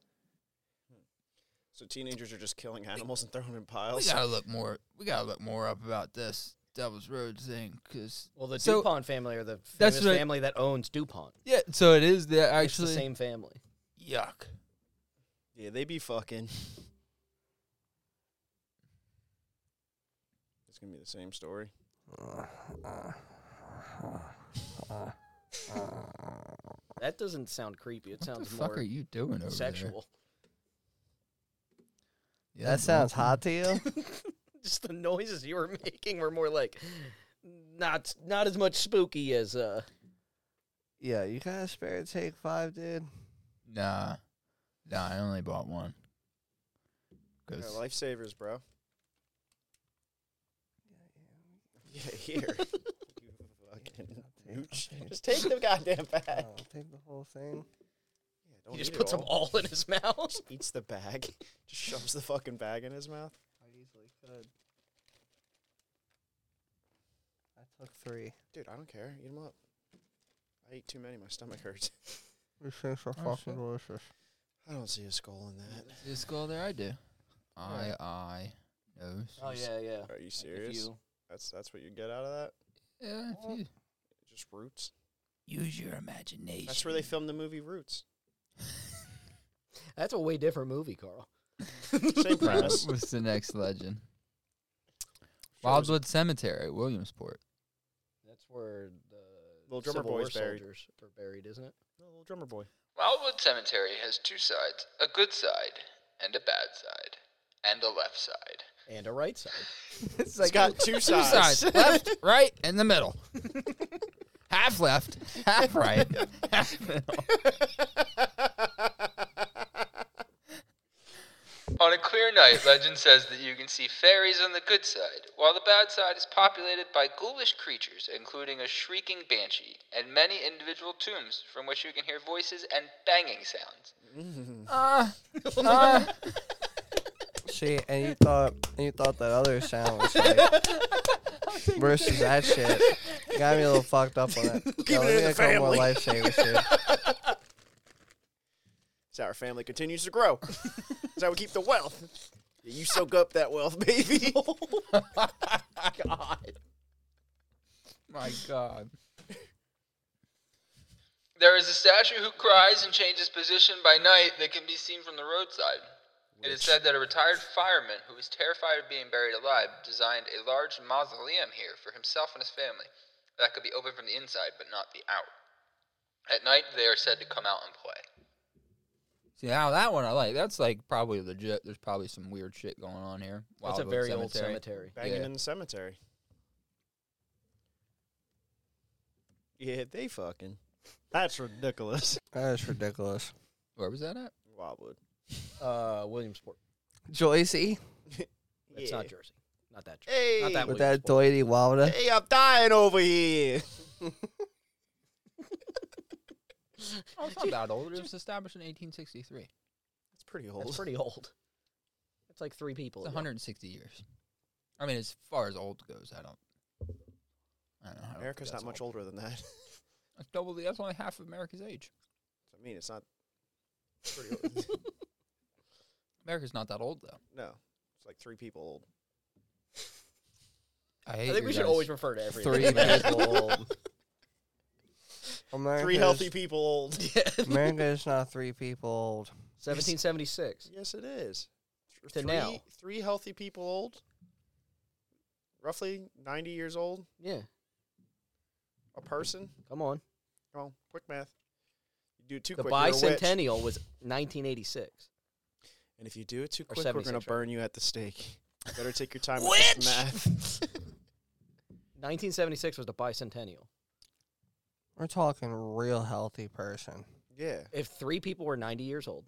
D: so teenagers are just killing animals and throwing them in
C: We
D: piles.
C: gotta look more. We gotta look more up about this Devil's Road thing, cause
F: Well, the
C: So-
F: Dupont family are the famous
C: That's right.
F: family that owns Dupont.
C: yeah. So it is that
F: It's the
C: actually
F: same family.
C: yuck.
D: Yeah, they be fucking. It's gonna be the same story.
F: That doesn't sound creepy. It
C: What the
F: sounds
C: fuck are
F: more
C: you doing over there?
F: sexual.
C: Yeah,
E: that
C: that's
E: sounds
C: awesome.
E: hot to you.
F: Just the noises you were making were more like not not as much spooky as uh
E: yeah, you gotta spare take five, dude.
C: Nah, nah. I only bought one.
D: They're
C: 'Cause-
D: lifesavers, bro. Yeah, here. you fucking nooch. Just take the goddamn bag.
E: I'll take the whole thing.
D: Yeah, don't
F: He just
D: eat it
F: puts them
D: all.
F: all in his mouth.
D: Eats the bag. Just shoves the fucking bag in his mouth.
E: I easily could. I took three.
D: Dude, I don't care. Eat them up. I ate too many. My stomach hurts.
E: These things are
C: Oh,
E: fucking
C: shit.
E: delicious.
D: I don't see a skull in that.
C: See a skull there? I do. I, I, no.
F: Oh yeah, yeah.
D: Are you serious? That's that's what you get out of that?
C: Yeah, if you-
D: Just roots.
G: Use your imagination.
D: That's where they filmed the movie Roots.
F: That's a way different movie, Carl.
D: Same premise.
C: What's the next legend? Wildwood Cemetery, Williamsport.
F: That's where the
D: Little drummer
F: Civil
D: boy's
F: War
D: buried.
F: soldiers are buried, isn't it?
D: No, little drummer boy.
G: Wildwood Cemetery has two sides a good side and a bad side, and a left side.
F: And a right side.
C: it's
D: It's got two
C: two
D: sides.
C: sides left, right, and the middle. half left, half right, half middle.
G: On a clear night, legend says that you can see fairies on the good side, while the bad side is populated by ghoulish creatures, including a shrieking banshee, and many individual tombs from which you can hear voices and banging sounds.
C: Ah, ah.
E: See, and you thought and you thought that other sound was like versus that shit. Got me a little fucked up on that. Keep
D: it in the
E: More
D: family.
E: lifesavers, dude.
D: So our family continues to grow. That's how we keep the wealth. You soak up that wealth, baby.
F: God.
C: my God.
G: There is a statue who cries and changes position by night that can be seen from the roadside. It is said that a retired fireman who was terrified of being buried alive designed a large mausoleum here for himself and his family that could be opened from the inside but not the out. At night, they are said to come out and play.
C: See now that one I like. That's like probably legit. There's probably some weird shit going on here.
F: That's a
C: Wildwood
F: very old cemetery.
D: Banging
C: Yeah.
D: in the cemetery. Yeah, they fucking. That's ridiculous.
E: That is ridiculous.
C: Where was that at?
D: Wildwood.
F: Uh, Williamsport.
E: Joycey
F: That's
D: Yeah.
F: not Jersey. Not that Jersey.
D: Hey,
F: Not that
E: with
F: Williamsport.
E: that doity Wawda.
D: hey, I'm dying over here.
C: Oh, it's not that old. It was established in 1863.
D: It's pretty old.
F: That's pretty old. It's like three people.
C: It's
F: ago.
C: 160 years. I mean, as far as old goes, I don't. I don't know. I don't
D: America's
C: think that's
D: not much
C: old.
D: older than that.
C: That's double. The, that's only half of America's age.
D: I mean, it's not. Pretty old.
C: America's not that old though.
D: no, it's like three people old.
C: I, hate
F: I think
C: your
F: we should
C: guys'
F: always refer to everything.
E: Three people. America
D: Three
E: is-
D: healthy people old.
E: America is not three people old.
F: 1776.
D: Yes, it is. Th-
F: To
D: three,
F: now.
D: three healthy people old, roughly ninety years old,
F: Yeah.
D: a person.
F: Come on.
D: Come on, quick math. You do it too
F: The
D: quick. you're a witch.
F: bicentennial was 1986.
D: And if you do it too
F: Or
D: quick, we're gonna
F: 76,
D: burn you at the stake. You better take your time with this math.
F: 1976 was the bicentennial.
E: We're talking real healthy person.
D: yeah.
F: If three people were 90 years old,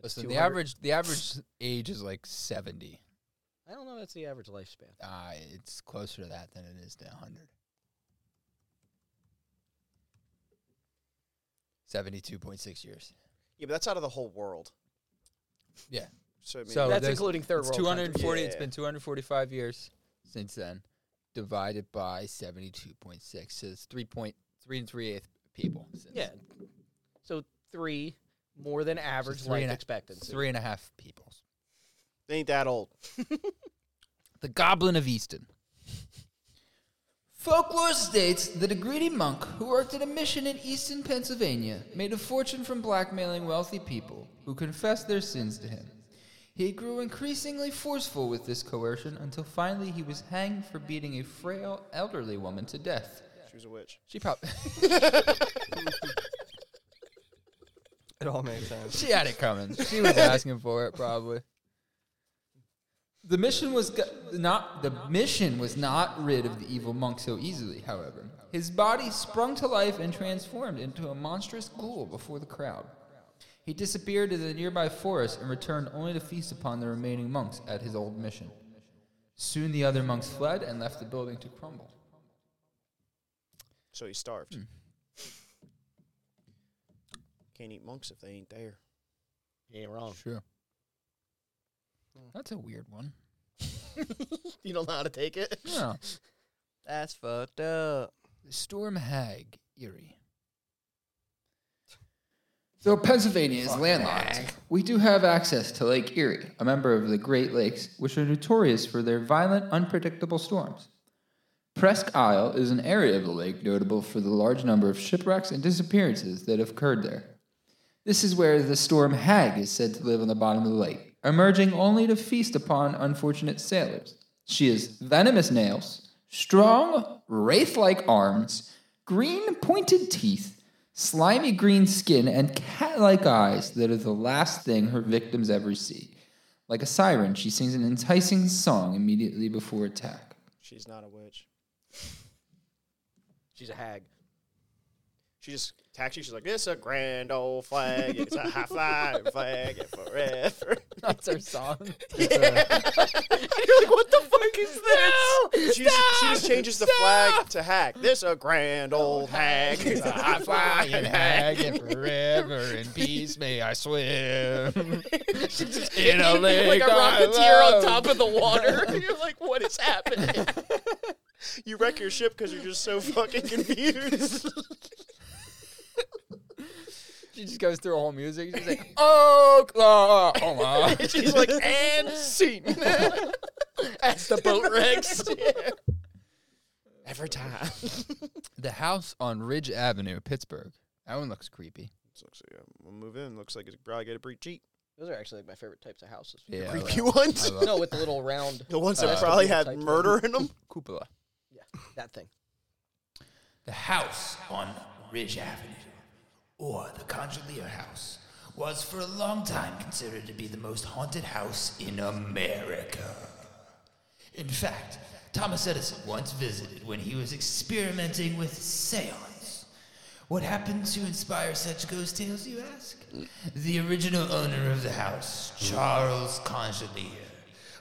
F: that's
C: Listen, the
F: 200
C: average the average age is like 70.
F: I don't know. That's the average lifespan.
C: Uh, it's closer to that than it is to 100. 72.6 years.
D: Yeah, but that's out of the whole world.
C: Yeah.
D: So I mean,
C: So- Oh,
F: that's
C: there's-
F: including third
C: it's
F: world.
C: 240.
F: countries.
C: It's been 245 years since then, divided by 72.6. So it's 3.3 and 3 eighth people. Since
F: Yeah. So three more than average
C: three
F: life
C: and a-
F: expectancy.
C: Three and a half people.
D: they ain't that old.
C: The Goblin of Easton.
G: Folklore states that a greedy monk who worked at a mission in eastern Pennsylvania made a fortune from blackmailing wealthy people who confessed their sins to him. He grew increasingly forceful with this coercion until finally he was hanged for beating a frail elderly woman to death.
D: She was a witch.
C: She probably
E: It all makes sense.
C: she had it coming. She was asking for it probably.
G: The mission was go- not the mission was not rid of the evil monk so easily, however. His body sprung to life and transformed into a monstrous ghoul before the crowd. He disappeared into the nearby forest and returned only to feast upon the remaining monks at his old mission.
C: Soon the other monks fled and left the building to crumble.
D: So he
F: Hmm.
D: starved. Can't eat monks if they ain't there.
F: You ain't wrong.
C: Sure. That's a weird one.
F: You don't know how to take it.
C: Yeah.
E: That's fucked up.
C: The Storm Hag, Erie. Though Pennsylvania is landlocked, we do have access to Lake Erie, a member of the Great Lakes, which are notorious for their violent, unpredictable storms. Presque Isle is an area of the lake notable for the large number of shipwrecks and disappearances that have occurred there. This is where the storm hag is said to live on the bottom of the lake, emerging only to feast upon unfortunate sailors. She has venomous nails, strong, wraith like arms, green pointed teeth, slimy green skin, and cat like eyes that are the last thing her victims ever see. Like a siren, she sings an enticing song immediately before attack.
D: She's not a witch.
F: She's a hag.
D: She just attacks you. She's like, "It's a grand old flag. It's a high flying flag and forever."
C: That's her song.
F: You're like, what the fuck is this?
D: She just, she just changes the flag to hack. This a grand old hag. It's a high flying hag.
G: and forever in peace may I swim. in a lake
F: like a
G: I
F: rocketeer on
G: love.
F: top of the water. You're like, what is happening?
D: You wreck your ship because you're just so fucking confused.
C: she just goes through a whole music. She's like, Oh Oklahoma.
F: She's like,
D: "Eh."
F: and scene. As the boat wrecks.
D: Every time.
C: The house on Ridge Avenue, Pittsburgh. That one looks creepy.
D: Looks like we'll move in. Looks like it's probably got a pretty cheap.
F: Those are actually like my favorite types of houses.
C: Yeah.
D: Creepy ones.
F: No, with the little round,
D: The ones
F: Uh,
D: that probably
F: type
D: had
F: one.
D: murder in them.
C: Cupola.
F: that thing.
H: The house on Ridge Avenue, or the Conjolier House, was for a long time considered to be the most haunted house in America. In fact, Thomas Edison once visited when he was experimenting with seance. What happened to inspire such ghost tales, you ask? The original owner of the house, Charles Conjolier,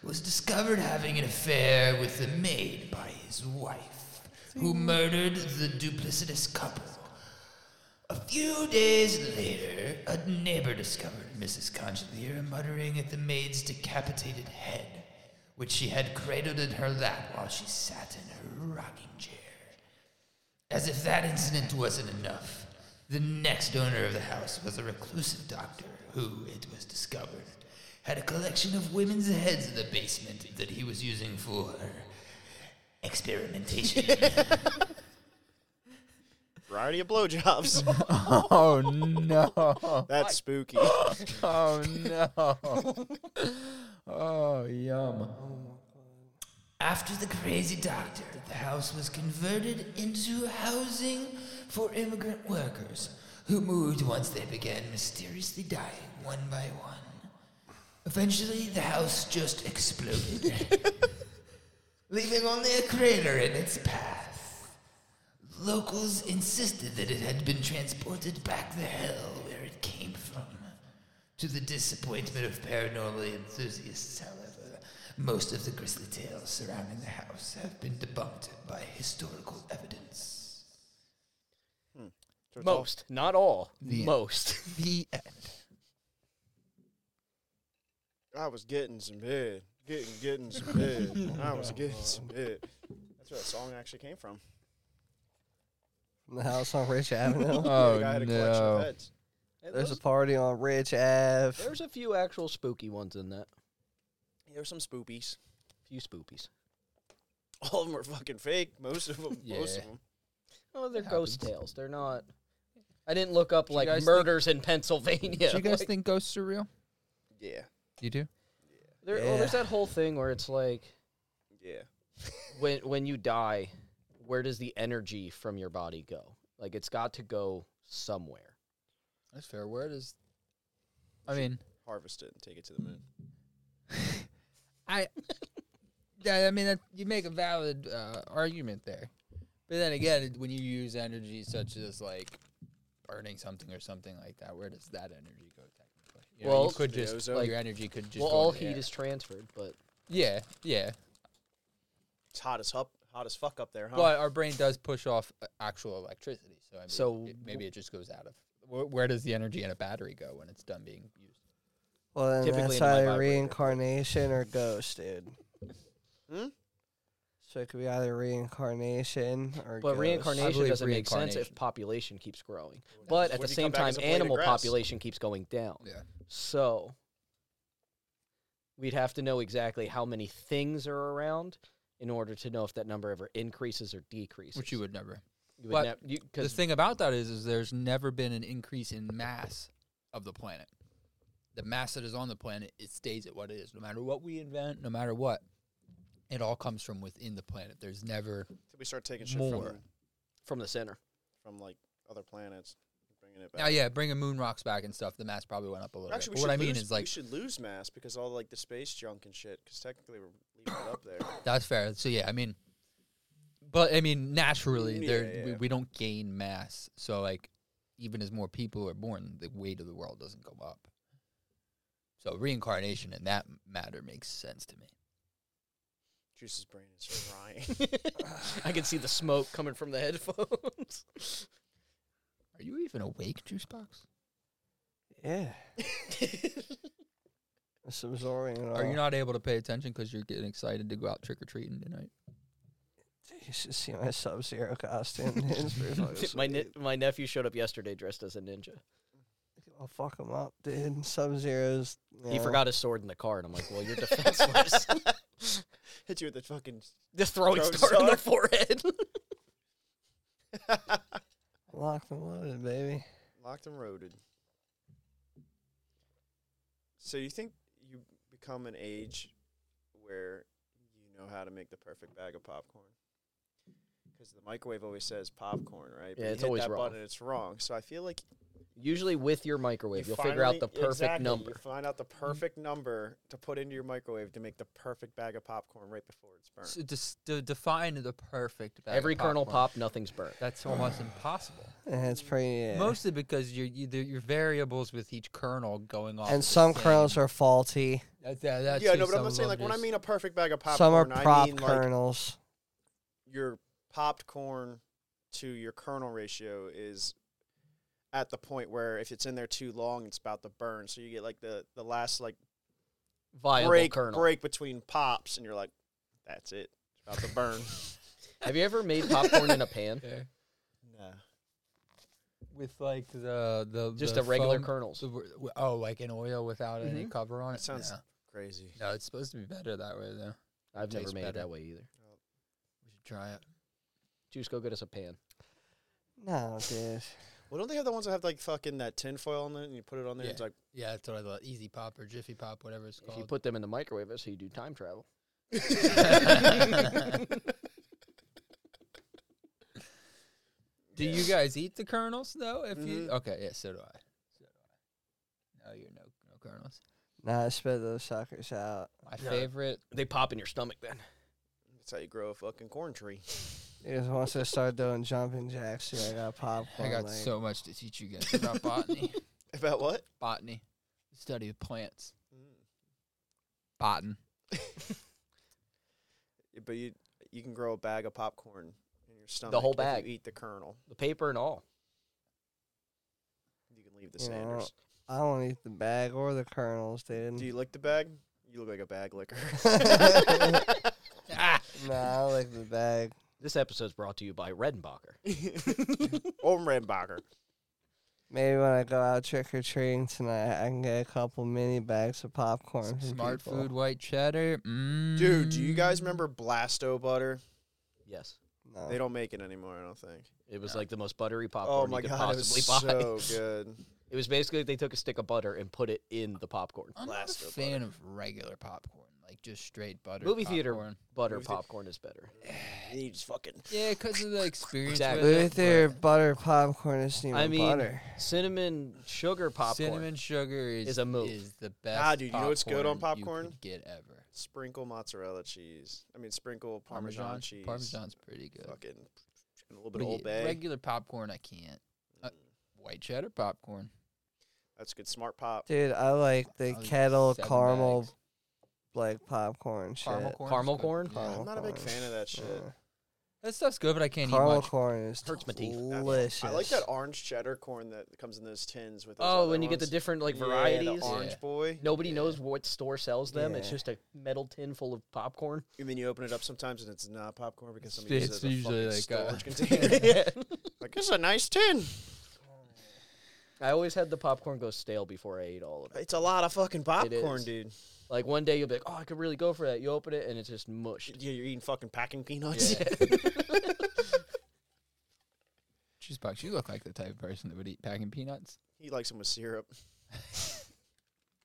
H: was discovered having an affair with the maid by his wife, who murdered the duplicitous couple. A few days later, a neighbor discovered Mrs. Conjolier muttering at the maid's decapitated head, which she had cradled in her lap while she sat in her rocking chair. As if that incident wasn't enough, the next owner of the house was a reclusive doctor who, it was discovered, had a collection of women's heads in the basement that he was using for experimentation.
D: Variety of blowjobs.
C: Oh no!
D: That's spooky.
C: Oh no! Oh yum!
H: After the crazy doctor, the house was converted into housing for immigrant workers who moved once they began mysteriously dying one by one. Eventually, the house just exploded, leaving only a crater in its path. Locals insisted that it had been transported back the hell where it came from. To the disappointment of paranormal enthusiasts, however, most of the grisly tales surrounding the house have been debunked by historical evidence.
F: Most, not all.
C: The-
F: Most.
C: The
D: I was getting some bed. Getting, getting some bed. I was getting some bed. That's where that song actually came from.
E: The house on Ridge Avenue.
C: oh
D: the guy had a collection of
C: no!
D: beds.
F: And
E: There's a
F: those-
E: party on Ridge Ave.
F: there's a few actual spooky ones in that.
D: Yeah, There were some spoopies.
F: few spoopies.
D: All of them were fucking fake. Most of them. Most of
C: Yeah.
D: them.
F: Oh, they're
C: It
F: ghost
C: happens.
F: tales. They're not. I didn't look up like
C: guys think-
F: murders in Pennsylvania.
C: Do you guys
F: Like,
C: think ghosts are real?
D: Yeah.
C: You do?
F: there, well, there's
E: Yeah.
F: that whole thing where it's like
D: Yeah.
F: when when you die, where does the energy from your body go? Like it's got to go somewhere.
C: That's fair. Where does? I mean,
D: Harvest it and take it to the moon.
C: I. Yeah, I mean, that, you make a valid uh, argument there, but then again, it- when you use energy such as like burning something or something like that, where does that energy go technically? You know,
F: Well,
C: you could
D: the
C: just
D: ozone.
C: your energy could just
F: well,
C: go
F: all
C: in the
F: heat
C: air.
F: is transferred, but
C: Yeah, yeah.
D: It's hot as up, hot as fuck up there, huh?
C: Well, our brain does push off uh, actual electricity, so I mean,
F: So
C: it- maybe it just goes out of. Where, where does the energy in a battery go when it's done being used?
E: Well, then
F: Typically
E: that's
F: into my
E: either
F: vibrator.
E: reincarnation or ghost, dude.
D: Hmm?
E: So it could be either reincarnation or
F: But
E: ghost.
C: I
F: reincarnation
C: believe
F: doesn't make sense if
C: reincarnation.
F: population keeps growing. But at
D: What
F: the
D: if you
F: same
D: come back
F: time,
D: as a blade of
F: animal
D: grass?
F: population keeps going down.
C: Yeah.
F: So we'd have to know exactly how many things are around in order to know if that number ever increases or decreases.
C: Which you would never.
F: You would
C: but
F: nev- you,
C: The
F: 'cause-
C: thing about that is, is there's never been an increase in mass of the planet. The mass that is on the planet, it stays at what it is, no matter what we invent, no matter what. It all comes from within the planet. There's never
D: Till we start taking shit
C: more.
D: from,
F: from the center.
D: from like other planets, bringing it back.
C: now, yeah, bringing moon rocks back and stuff. The mass probably went up a little
D: Actually,
C: bit.
D: we
C: But what I
D: should
C: mean
D: lose-
C: is like
D: we should lose mass because all like the space junk and shit. Because technically we're leaving it up there.
C: That's fair. So yeah, I mean, but I mean, naturally,
D: Yeah,
C: there
D: yeah,
C: We,
D: yeah.
C: we don't gain mass. So like, even as more people are born, the weight of the world doesn't go up. So reincarnation in that matter makes sense to me.
D: Juice's brain is frying.
F: I can see the smoke coming from the headphones.
C: Are you even awake, Juicebox?
E: Yeah. it's absorbing it all.
C: Are you not able to pay attention because you're getting excited to go out trick or treating tonight?
E: You should see my Sub Zero costume. dude. It's pretty fucking
F: my
E: sweet.
F: ne- my nephew showed up yesterday dressed as a ninja.
E: I'll fuck him up, dude. Sub Zero's.
F: He forgot his sword in the car, and I'm like, "Well, you're defenseless."
D: Hit you with the fucking.
F: Just throwing
D: Throwing
F: star in the
D: star.
F: forehead.
E: Locked and loaded, baby.
D: Locked and roaded. So you think you become an age where you know how to make the perfect bag of popcorn? Because the microwave always says popcorn, right?
F: Yeah,
D: you
F: it's
D: hit
F: always
D: that
F: wrong.
D: Button, it's wrong. So I feel like
F: Usually, with your microwave, you will figure out the
D: finally-
F: perfect
D: exactly,
F: number.
D: You find out the perfect number to put into your microwave to make the perfect bag of popcorn right before it's burnt.
C: So just to define the perfect. bag of
F: Every kernel
C: popcorn,
F: pop, nothing's burnt.
C: That's almost impossible.
E: And it's pretty. Yeah.
C: Mostly because your you- the- your variables with each kernel going off.
E: and some kernels are faulty.
C: That's, yeah, that's
D: yeah, no,
C: just
D: but
C: some
D: I'm not saying
C: of
D: like
C: them
D: when I
C: just-
D: mean a perfect bag of popcorn,
E: some are
D: I
E: prop
D: mean like
E: kernels.
D: your popped corn to your kernel ratio is at the point where if it's in there too long, it's about to burn. So you get like the the last like
F: Viable
D: break
F: kernel.
D: break between pops, and you're like, that's it, it's about to burn.
F: Have you ever made popcorn in a pan?
C: Yeah.
D: nah.
C: with like the the
F: Just
C: the
F: the regular
C: foam-
F: kernels.
C: the w- w- oh, like an oil without any cover on it.
D: That sounds
C: no.
D: crazy.
C: No, it's supposed to be better that way though.
F: I've never
C: Tastes
F: made it
C: better.
F: that way either.
C: We should try it.
F: Juice, go get us a pan.
E: No, dude.
D: Well, don't they have the ones that have like fucking that tin foil on it, and you put it on there? and It's
C: Yeah.
D: like
C: Yeah, that's what I thought. Easy pop or Jiffy pop, whatever it's
F: If
C: called.
F: you put them in the microwave, that's how you do time travel.
C: do you guys eat the kernels though? If you
D: Mhm.
C: okay, yeah, so do I. So do I. No, you're no no kernels.
E: Nah, I spit those suckers out.
C: My favorite.
F: They pop in your stomach then.
D: that's how you grow a fucking corn tree.
E: Because once I start doing jumping jacks, dude, I got popcorn.
C: I got
E: like,
C: so much to teach you guys about botany.
D: About what?
C: Botany, study of plants.
D: Mm.
C: Botan.
D: But you you can grow a bag of popcorn in your stomach.
F: whole
D: if
F: bag.
D: You eat the kernel.
F: The paper and all.
D: You can leave the
E: You know,
D: Sanders.
E: I don't eat the bag or the kernels, dude.
F: Hmm.
D: Do you lick the bag? You look like a bag licker.
E: nah, I like the bag.
F: This episode's brought to you by Redenbacher.
D: or Oh, Rambacher.
E: Maybe when I go out trick or treating tonight, I can get a couple mini bags of popcorn. From
C: Smart
E: people.
C: food, white cheddar. Mm.
D: Dude, do you guys remember
F: Mm.
D: Blasto butter?
F: Yes.
E: No.
D: They don't make it anymore, I don't think.
F: It was like Oh. the most buttery
D: Oh
F: popcorn
D: my
F: you could
D: god, it
F: possibly
D: was
F: buy.
D: so good.
F: It was basically they took a stick of butter and put it in the popcorn.
C: I'm not a
D: Blasto
C: fan of regular popcorn, like just straight butter.
F: Movie theater
C: popcorn.
F: butter
D: Movie thea-
F: popcorn is better.
D: You just fucking
C: Yeah, because of the experience.
F: Exactly.
C: with it,
E: With their butter popcorn isn't even
F: I mean,
E: butter.
F: cinnamon sugar
C: but
F: popcorn.
C: Cinnamon sugar is,
F: is a move.
C: is the best.
D: dude, you know what's good on
C: You
D: popcorn?
C: could get ever
D: sprinkle mozzarella cheese. I mean sprinkle parmesan, cheese.
C: Parmesan's pretty good.
D: Fucking and a little bit
C: But
D: of
C: yeah,
D: old Mm. bay.
C: regular popcorn, I can't. Uh, white cheddar popcorn.
D: That's good smart pop.
E: Dude, I like the
C: I'll eat
E: kettle
C: seven
E: caramel
C: bags.
E: like popcorn shit.
C: Caramel corn.
F: Caramel
C: is good.
F: corn?
E: Caramel
D: I'm not a big
E: corn.
D: fan of that shit.
E: Yeah.
C: That stuff's good, but I can't eat
E: Caramel
C: much.
E: corn is
F: Hurts my teeth.
D: That's-
E: delicious.
D: I like that orange cheddar corn that comes in those tins with. Those
F: Oh,
D: other
F: when you get the
D: ones.
F: different like
D: Yeah, the
F: varieties.
D: orange boy.
F: Nobody knows what store sells them. It's
E: Yeah.
F: just a metal tin full of popcorn.
D: And then you open it up sometimes and it's not popcorn because somebody
C: It's-
D: uses it as a
C: it's usually like,
D: fucking
C: uh,
D: storage container. like it's a nice tin.
F: I always had the popcorn go stale before I ate all of it.
D: It's a lot of fucking popcorn,
F: is.
D: dude.
F: Like one day you'll be like, "Oh, I could really go for that." You open it and it's just mushed.
D: Yeah, you're eating fucking packing peanuts.
C: Juicebox, you look like the type of person that would eat packing peanuts.
D: he likes them with syrup.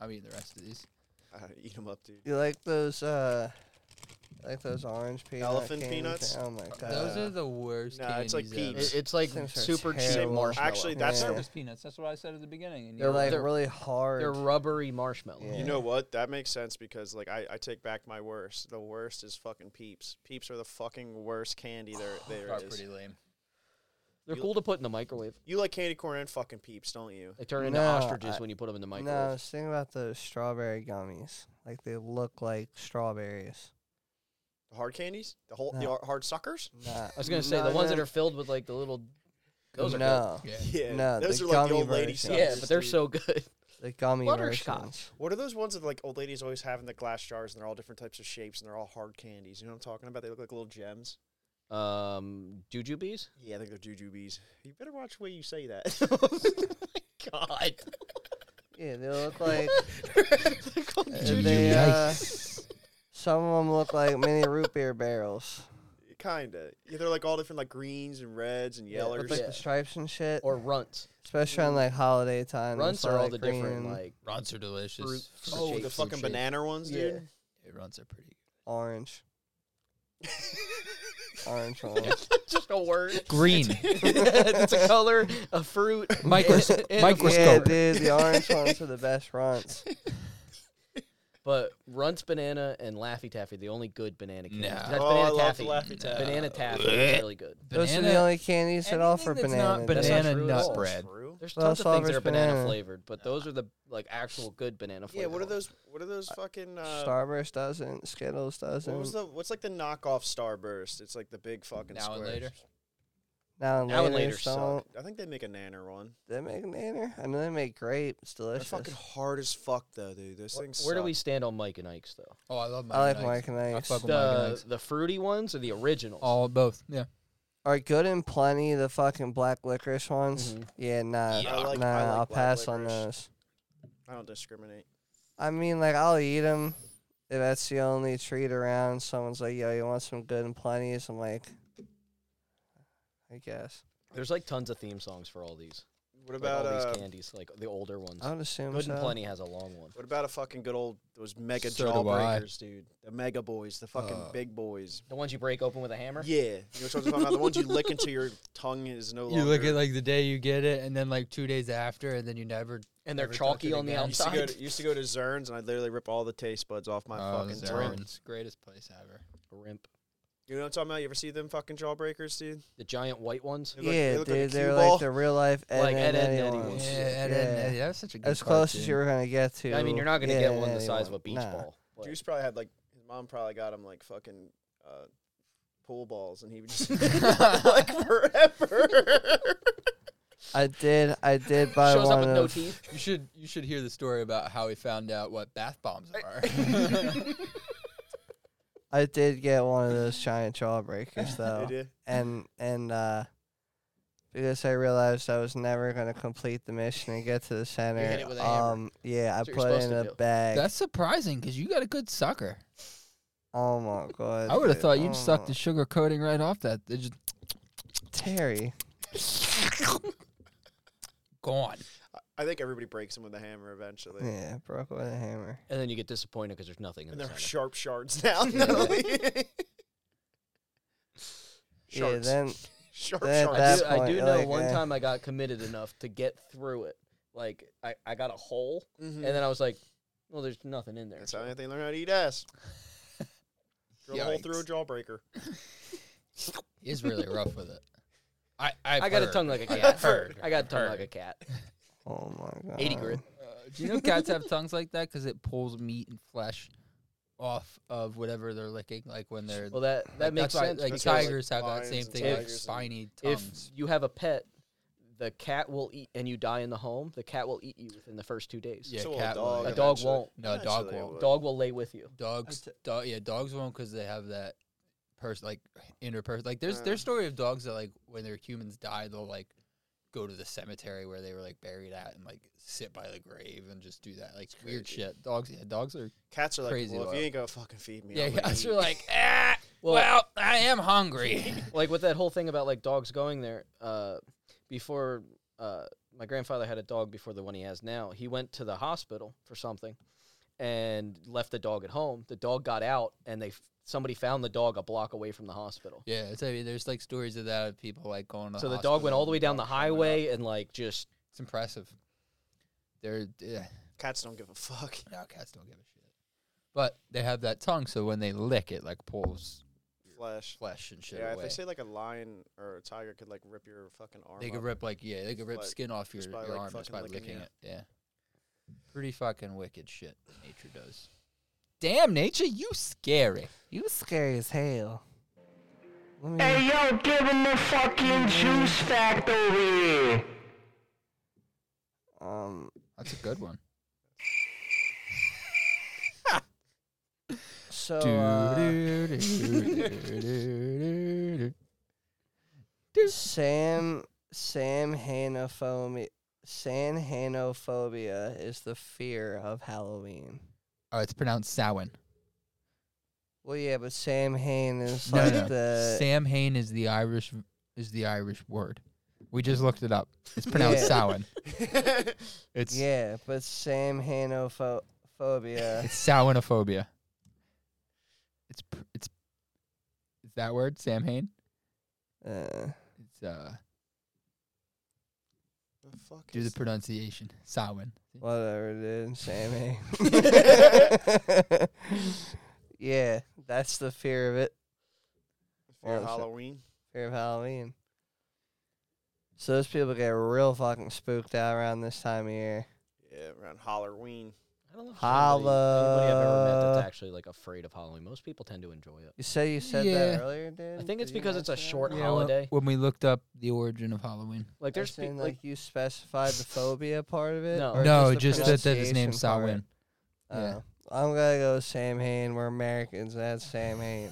C: I'm eating the rest of these.
D: I eat them up, dude.
E: You like those uh like those orange peanuts?
D: Elephant peanuts?
E: Oh my god.
C: Those are the worst.
D: Uh, Nah, it's like
C: candies ever.
D: peas.
F: It- it's like
E: Things are
F: super cheap
E: terrible.
F: marshmallow.
D: Actually, that's
E: Yeah.
C: They're just peanuts. That's what I said at the beginning. And
E: they're
C: you-
E: like
F: they're-
E: really hard.
F: they're rubbery marshmallow.
E: Yeah.
D: You know what? That makes sense because like I, I take back my worst. The worst is fucking peeps. Peeps are the fucking worst candy there there
C: are
D: is.
C: pretty lame.
F: They're
D: You-
F: cool to put in the microwave.
D: You like candy corn and fucking peeps, don't you?
F: They turn into
E: No,
F: ostriches
E: I-
F: when you put them in the
E: no, I
F: microwave.
E: was thinking about those strawberry gummies. Like they look like strawberries.
D: The hard candies? The whole the
E: No.
D: har- hard suckers?
E: Nah,
F: I was gonna say the
E: no,
F: ones that
E: no,
F: are filled with like the little. Those are good.
E: no,
C: Yeah.
D: Yeah.
E: No,
D: those
E: the
D: are like the
E: gummy
D: old lady
E: version.
D: suckers.
F: Yeah, but they're
D: dude.
F: so good.
E: the gummy
F: Butterscotch.
E: versions.
D: What are those ones that like old ladies always have in the glass jars and they're all different types of shapes and they're all hard candies? You know what I'm talking about? They look like little gems.
F: Um, jujubes.
D: Yeah, I think they're jujubes. You better watch the way you say that.
F: God.
E: Yeah, they look like
F: They're called
E: and they, uh, some of them look like mini root beer barrels.
D: Kinda. Yeah, they're like all different like greens and reds and
F: Yeah, but
D: yellers.
E: Like
F: Yeah.
E: the stripes and shit.
F: or runts.
E: Especially on like holiday time.
F: Runts
E: it's
F: are all
E: like
F: the different
E: green,
F: like
C: Runts are delicious.
F: Fruit-
C: Fruit
F: fruit
D: oh,
C: shake,
D: the
C: fruit
D: fucking
C: shake.
D: banana ones,
F: Yeah.
D: dude.
C: Yeah, runts are pretty.
E: orange. orange ones.
F: just a word.
C: Green.
F: it's a color, a fruit.
C: Micros-
F: and- and a
E: Yeah,
C: microscope.
E: dude, the orange ones are the best runs.
F: But Runts banana and Laffy Taffy, the only good banana candies. 'cause
C: Nah.
F: That's
D: Oh,
F: banana
D: I love the
F: taffy.
D: Laffy Taffy.
F: Banana taffy is really good.
E: Those are the only candies that offer
C: anything that's
E: banana.
C: not
E: That's
C: banana
F: true at
C: nut
F: all.
C: bread.
D: True.
F: There's
E: Well,
F: tons of things that
E: Solver's
F: are banana,
E: banana.
F: flavored, but those are the like actual good banana
D: Yeah,
F: flavored.
D: what are
F: ones.
D: those what are those fucking uh
E: Starburst doesn't. Skittles doesn't.
D: what was the what's like the knockoff starburst? It's like the big fucking
C: Now and
D: squares.
C: later.
E: now and
F: Now and
E: later
F: Later suck.
E: don't.
D: I think they make a nanner one.
E: They make nanner. I know they make grape. It's
D: They're
E: delicious.
D: fucking hard as fuck though, dude. Those things.
F: Where do we
D: suck.
F: stand on Mike and Ike's though?
C: Oh, I love Mike.
E: I like
C: and
E: Mike
C: Ike's.
E: and Ike's.
C: I fuck with Mike and
F: The
C: Ike's.
F: the fruity ones or the originals?
C: All both. Yeah.
E: Are good and plenty the fucking black licorice ones?
F: Mhm.
E: Yeah, nah,
D: Yeah, I like-
E: nah.
D: I like
E: I'll
D: black
E: pass on
D: licorice.
E: those.
D: I don't discriminate.
E: I mean, like I'll eat them if that's the only treat around. Someone's like, "Yo, you want some good and plenties?" I'm like, I guess.
F: There's like tons of theme songs for all these. Like,
D: What about
F: all
D: uh,
F: these candies, like the older ones.
E: I would assume
F: Good and
E: so.
F: Plenty has a long one.
D: what about a fucking good old those mega
C: So do I.
D: jawbreakers, dude? The mega boys, the fucking
C: Uh,
D: big boys.
F: The ones you break open with a hammer.
D: Yeah, you know what I'm talking about. The ones you lick into your tongue is no longer.
C: You look at like the day you get it, and then like two days after, and then you never.
F: And they're
C: never touch
F: chalky
C: it
F: on the
C: again.
D: used to
F: outside.
D: go to, used to go to Zern's and I literally rip all the taste buds off my
C: Oh, Zern's.
D: fucking tongue.
C: greatest place ever.
F: Rimp.
D: You know what I'm talking about? You ever see them fucking jawbreakers, dude?
F: The giant white ones.
D: They look- they
E: yeah,
D: look like a
E: dude, they're
D: cue ball.
E: like the real life Ed,
F: Like Ed,
E: Ed,
F: Ed,
E: Ed,
F: and Eddie
E: ones.
F: ones.
C: Yeah,
F: Yeah,
C: Ed, Ed, Ed, that was such a good
E: as close as you were gonna get to.
F: I mean, you're not gonna
E: Ed,
F: get
E: Ed,
F: one the
E: Eddie
F: size of a
E: ones.
F: beach
E: Nah.
F: ball. but-
D: Juice probably had like his mom probably got him like fucking uh, pool balls, and he would just like forever.
E: I did. I did buy
F: Shows
E: one
F: up with no
E: of-
F: teeth.
C: You should you should hear the story about how he found out what bath bombs are.
E: I did get one of those giant jawbreakers though.
D: Did you?
E: and and uh because I realized I was never gonna complete the mission and get to the center.
F: hit it with a hammer.
E: um yeah, I
F: That's what you're
E: put it
F: supposed
E: in
F: to
E: a
F: do.
E: bag.
C: That's surprising because you got a good sucker.
E: oh my god.
C: I would have
E: dude.
C: thought
E: Oh
C: you'd suck
E: my-
C: the sugar coating right off that. It just
E: Terry.
C: gone.
D: I think everybody breaks him with a hammer eventually,
E: Yeah, broke it with a hammer.
F: And then you get disappointed because there's nothing in
D: and
F: the
D: they're
F: center.
D: sharp shards now.
E: Yeah,
D: shards.
E: then
D: sharp
E: then
D: shards.
F: I do,
E: that-
F: I
E: point,
F: do know
E: like,
F: one
E: eh.
F: time I got committed enough to get through it. Like I, I got a hole,
D: Mhm.
F: and then
E: Mm.
F: I was like, "Well, there's nothing in there."
D: That's how they learn how to eat ass. Drill a hole through a
C: Yikes.
D: jawbreaker.
C: He's really rough with it. I I've
F: I got a
C: heard.
F: tongue like a cat.
C: I've heard.
F: I got a tongue
C: Heard.
F: like a cat.
E: Oh my god.
F: Eighty grit.
C: Uh, Do you know cats have tongues like that because it pulls meat and flesh off of whatever they're licking, like when they're
F: Well, that that
C: like,
F: makes
C: that's why,
F: sense.
C: Like
F: because
D: why, like,
C: tigers have that
D: lions
C: same
D: and
C: thing, like
F: tigers and-
C: spiny
F: if
C: tongues.
F: you have a pet, the cat will eat, and you die in the home. The cat will eat you within the first two days.
C: yeah,
D: So will a
C: cat
D: dog
C: will-
F: a dog
D: eventually.
F: won't.
C: No, dog
D: Eventually it
C: won't.
D: would.
F: Dog will lay with you.
C: Dogs,
E: t-
C: do- yeah, dogs won't because they have that person, like inner person. Like there's
D: Uh.
C: there's story of dogs that like when their humans die, they'll like go to the cemetery where they were like buried at and like sit by the grave and just do that like weird
D: crazy.
C: shit. Dogs, yeah, dogs are
D: Cats are like,
C: Crazy
D: well, if
C: wild.
D: you ain't gonna fucking feed me,
C: yeah,
D: I'm gonna
C: cats
D: eat."
C: are like ah.
F: Well-
C: well, I am hungry.
F: like with that whole thing about like dogs going there uh before uh my grandfather had a dog before the one he has now he went to the hospital for something and left the dog at home the dog got out and they f- somebody found the dog a block away from the hospital
C: Yeah, it's, I mean, there's like stories of that of people like going. To
F: so the dog went
C: hospital
F: all the way
C: and
F: down the
C: dog coming up.
F: highway and like just
C: It's impressive. They're yeah,
D: cats don't give a fuck.
C: no cats don't give a shit, but they have that tongue, so when they lick it, like pulls
D: Flesh.
C: flesh and shit
D: Yeah, if
C: away.
D: they say like a lion or a tiger could like rip your fucking arm.
C: They could
D: up.
C: rip like yeah, they could rip
D: Like,
C: skin off your,
D: just by,
C: your
D: like,
C: arm just by
D: fucking licking
C: licking
D: it.
C: it. Yeah, pretty fucking wicked shit nature does. Damn nature, you scary.
E: You scary as hell. Let me-
B: Hey yo, giving the fucking juice fact over here.
E: um,
C: That's a good one.
E: so
D: Oh,
E: uh, Sam Sam Hanophobia San Hanophobia is the fear of Halloween.
C: oh, it's pronounced Samhain.
E: Well, yeah, but Sam Hane is
C: No,
E: like
C: no.
E: the
C: Sam Hain is the Irish is the Irish word. We just looked it up. It's pronounced
E: Yeah.
C: Samhain. It's
E: yeah, but Sam Hanophobia.
C: it's Samhainophobia. It's pr- it's is that word Sam Hain?
E: uh,
C: It's uh
D: The fuck
C: do the
D: is
C: pronunciation Samhain.
E: whatever, dude. Sam Hane. yeah, that's the fear of it.
D: for
E: Oh, shit.
D: Halloween?
E: Fear of Halloween. So those people get real fucking spooked out around this time of year.
D: Yeah, around Halloween.
F: I don't know if anybody, anybody I've ever met
E: Holla.
F: that's actually like afraid of Halloween. Most people tend to enjoy it.
E: You say you said
C: Yeah.
E: that earlier, dude.
F: I think it's
E: Did you
F: because it's a
E: mention that?
F: short
C: Yeah, when-
F: holiday.
C: When we looked up the origin of Halloween.
F: Like
E: They're
F: there's pe-
E: saying
F: like,
E: like you specified the phobia part of it.
F: No.
E: or
C: no,
E: the
C: just, that, that his name's
E: pronunciation part?
C: Samhain. Yeah.
E: Oh. I'm gonna go with Sam Hain. We're Americans. That's Sam Hain.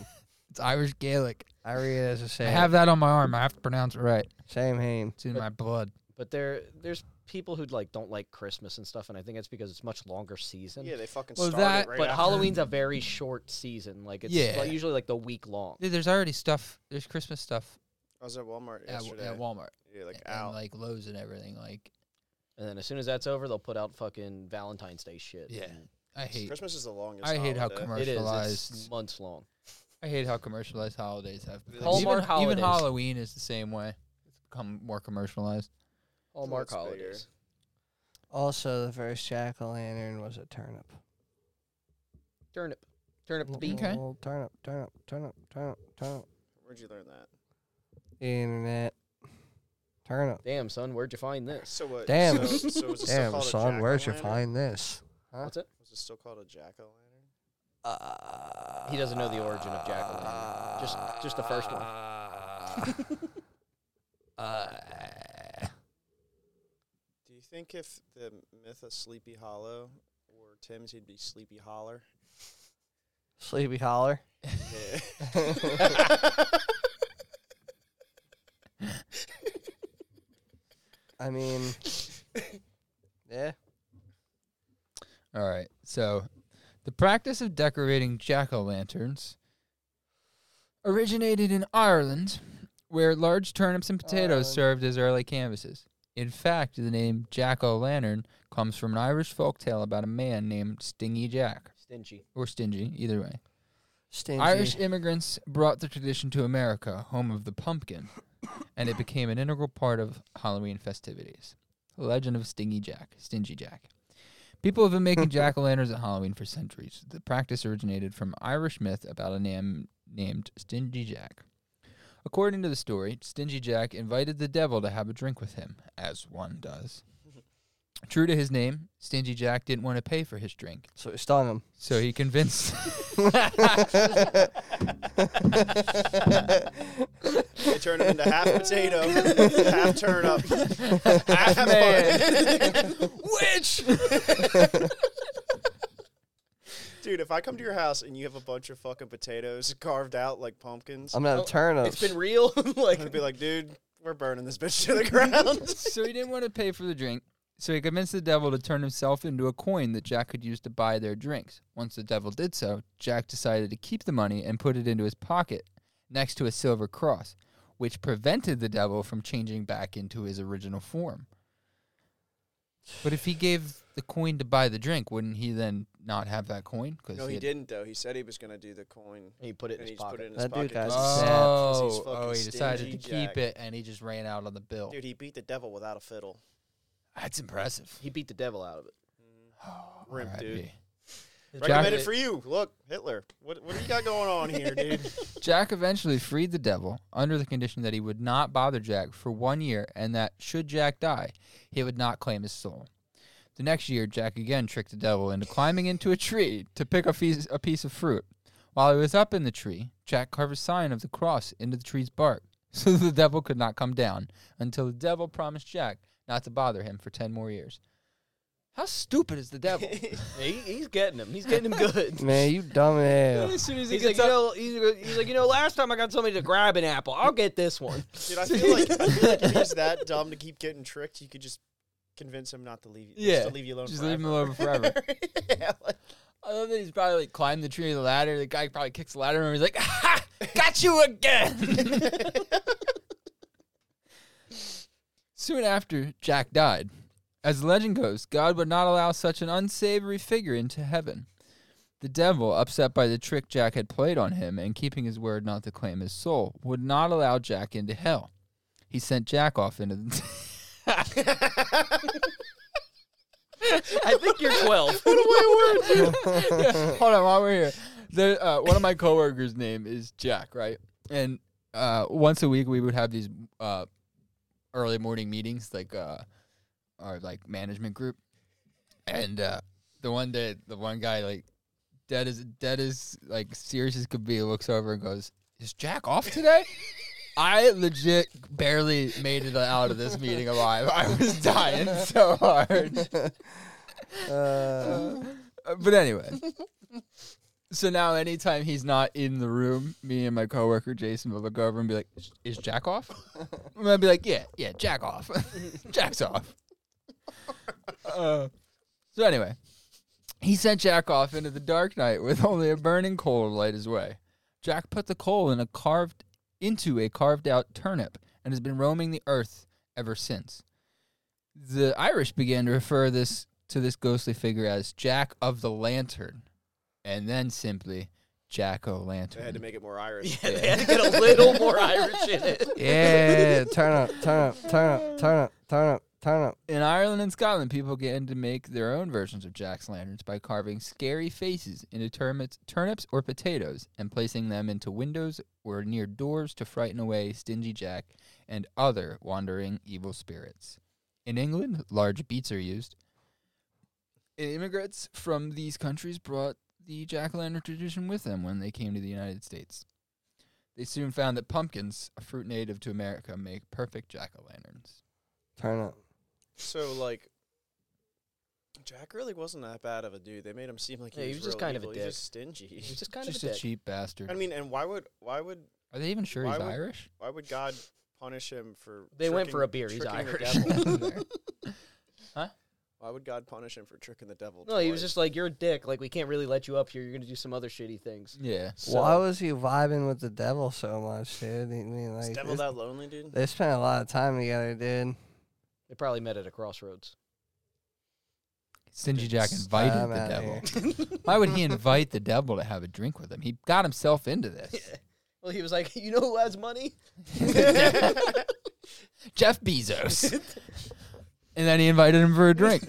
C: It's Irish Gaelic.
E: I read it as a Sam.
C: I have that on my arm. I have to pronounce it right.
E: Sam Hain.
C: It's in
F: But-
C: my blood.
F: but there there's people who like don't like Christmas and stuff, and I think it's because it's much longer season.
D: Yeah, they fucking
C: Well,
D: started
C: that-
D: right
F: but
D: after.
F: Halloween's a very short season. Like it's
C: Mm-hmm. Yeah.
F: like, usually like the week long.
C: Dude, there's already stuff. There's Christmas stuff
D: I was at Walmart
C: at,
D: yesterday.
C: at Walmart
D: Yeah, like
C: and
D: out.
C: like Lowe's and everything. Like,
F: And then as soon as that's over, they'll put out fucking Valentine's Day shit.
C: Yeah.
F: And
C: I hate.
D: Christmas is the longest.
C: I hate how
D: holiday.
F: It is.
C: commercialized.
F: It's months long.
C: I hate how commercialized holidays have become.
F: Hallmark
C: even, even
F: holidays.
C: Halloween is the same way. It's become more commercialized.
F: Hallmark
D: bigger.
F: holidays.
E: Also, the first jack o' lantern was a turnip.
F: Turnip. Turnip the beak.
C: Okay.
E: Little Turnip, turnip, turnip, turnip, turnip.
D: Where'd you learn that?
E: The internet. Turnip.
F: Damn, son, where'd you find this?
D: So what?
E: Damn.
D: So, so was it still
E: Damn,
D: called a
E: son, where'd you
D: jack-o'-lantern?
E: find this? Huh?
F: What's it?
D: Was it still called a jack o' lantern?
E: Uh,
F: He doesn't know the origin of jack o' lantern. Just just the first one.
D: Do you think if the myth of Sleepy Hollow were Tim's, he'd be Sleepy Holler?
E: Sleepy Holler.
D: Yeah.
E: I mean, yeah.
C: All right. So, the practice of decorating jack o' lanterns originated in Ireland, where large turnips and potatoes
F: Uh,
E: Ireland.
C: served as early canvases. In fact, the name jack o' lantern comes from an Irish folktale about a man named Stingy Jack
F: Stingy.
C: or Stingy, either way.
E: Stingy.
C: Irish immigrants brought the tradition to America, home of the pumpkin, and it became an integral part of Halloween festivities. Legend of Stingy Jack, Stingy Jack. People have been making jack o' lanterns at Halloween for centuries. The practice originated from Irish myth about a man named Stingy Jack. According to the story, Stingy Jack invited the devil to have a drink with him, as one does. True to his name, Stingy Jack didn't want to pay for his drink,
E: So he stung him.
C: so he convinced.
D: They turn him into half potato, half turnip, half man.
C: Which?
D: Dude, if I come to your house and you have a bunch of fucking potatoes carved out like pumpkins, I'm
E: I'm not a turnip.
F: It's been real. like
D: gonna be like, dude, we're burning this bitch to the ground.
C: so he didn't want to pay for the drink. So he convinced the devil to turn himself into a coin that Jack could use to buy their drinks. Once the devil did so, Jack decided to keep the money and put it into his pocket next to a silver cross, which prevented the devil from changing back into his original form. But if he gave the coin to buy the drink, wouldn't he then not have that coin? Cause
D: no, he
C: had-
D: didn't though. He said he was gonna do the coin,
F: he put it in
D: and
F: his
D: he just
F: pocket.
D: put it in his
E: That
D: pocket.
E: dude got
D: 'cause he's-
E: zapped.
C: Oh,
D: 'cause he's
C: oh, he
D: fucking
C: decided to
D: stingy,
C: keep
D: Jack.
C: it, and he just ran out on the bill.
D: Dude, he beat the devil without a fiddle.
C: That's impressive.
F: He beat the devil out of it.
D: Rimp,
C: R.I.P.
D: dude.
C: Jack-
D: Recommended for you. Look, Hitler. What what do you got going on here, dude?
C: Jack eventually freed the devil under the condition that he would not bother Jack for one year and that, should Jack die, he would not claim his soul. The next year, Jack again tricked the devil into climbing into a tree to pick a piece, a piece of fruit. While he was up in the tree, Jack carved a sign of the cross into the tree's bark so the devil could not come down until the devil promised Jack not to bother him for 10 more years. How stupid is the devil?
F: Yeah, he, he's getting him. He's getting him good.
E: Man, you dumb
C: as soon as he
F: He's
C: gets
F: like,
C: up,
F: you know, he's, he's like, you know, last time I got somebody to grab an apple, I'll get this one.
D: Dude, I feel like, I feel like if he's that dumb to keep getting tricked, you could just convince him not to leave. you.
C: Yeah,
D: just to leave you alone.
C: just
D: forever.
C: leave him alone forever.
D: yeah, like,
C: I love that he's probably like climbed the tree or the ladder. The guy probably kicks the ladder and he's like, "Ha! Got you again!" Soon after, Jack died. As the legend goes, God would not allow such an unsavory figure into heaven. The devil, upset by the trick Jack had played on him and keeping his word not to claim his soul, would not allow Jack into hell. He sent Jack off into the.
F: I think you're 12.
C: Hold on, while we're here, there, uh, one of my coworkers' name is Jack, right? And uh, once a week, we would have these uh, early morning meetings, like uh, our like management group. And uh, the one day, the one guy, like dead as dead as like serious as could be, looks over and goes, "Is Jack off today?" I legit barely made it out of this meeting alive. I was dying so hard.
E: Uh,
C: Uh, but anyway. so now anytime he's not in the room, me and my coworker Jason will look over and be like, "Is- "Is Jack off?" and I'd be like, "Yeah, yeah, Jack off. Jack's off." Uh, so anyway, he sent Jack off into the dark night with only a burning coal to light his way. Jack put the coal in a carved into a carved out turnip and has been roaming the earth ever since. The Irish began to refer this to this ghostly figure as Jack of the Lantern, and then simply Jack O'
D: I had to
C: Lantern.
D: make it more Irish.
F: Yeah, they had to get a little more Irish in it.
E: yeah, turnip, turnip, turnip, turnip, turnip, turnip.
C: In Ireland and Scotland, people began to make their own versions of Jack's lanterns by carving scary faces into turnips, turnips or potatoes and placing them into windows or near doors to frighten away stingy Jack and other wandering evil spirits. In England, large beets are used. Immigrants from these countries brought the jack o' lantern tradition with them when they came to the United States. They soon found that pumpkins, a fruit native to America, make perfect jack o' lanterns.
E: Turnip.
D: So like, Jack really wasn't that bad of a dude. They made him seem like he,
F: Yeah, he
D: was
F: was just
D: real
F: kind of a
D: evil. He's
F: dick.
D: just stingy.
F: He's just kind
C: Just
F: of
C: a
F: a dick.
C: cheap bastard.
D: I mean, and why would why would
C: Are they even sure
D: Why
C: he's
D: would-
C: Irish?
D: why would God punish him for?
F: They went
D: tricking-
F: for a beer. He's
D: tricking the
F: Irish.
D: devil?
C: Huh?
D: why would God punish him for tricking the devil?
F: No, he was
D: twice?
F: just like, you're a dick. Like, we can't really let you up here. You're going to do some other shitty things.
C: Yeah.
F: So,
E: Why was he vibing with the devil so much, dude? I mean,
D: Is
E: like,
D: devil
E: this-
D: that lonely, dude.
E: they spent a lot of time together, dude.
F: they probably met at a crossroads.
C: Stingy Jack
E: I'm
C: invited the
E: outta
C: devil. Why would he invite the devil to have a drink with him? He got himself into this.
F: Well, he was like, you know who has money?
C: Jeff Bezos. and then he invited him for a drink.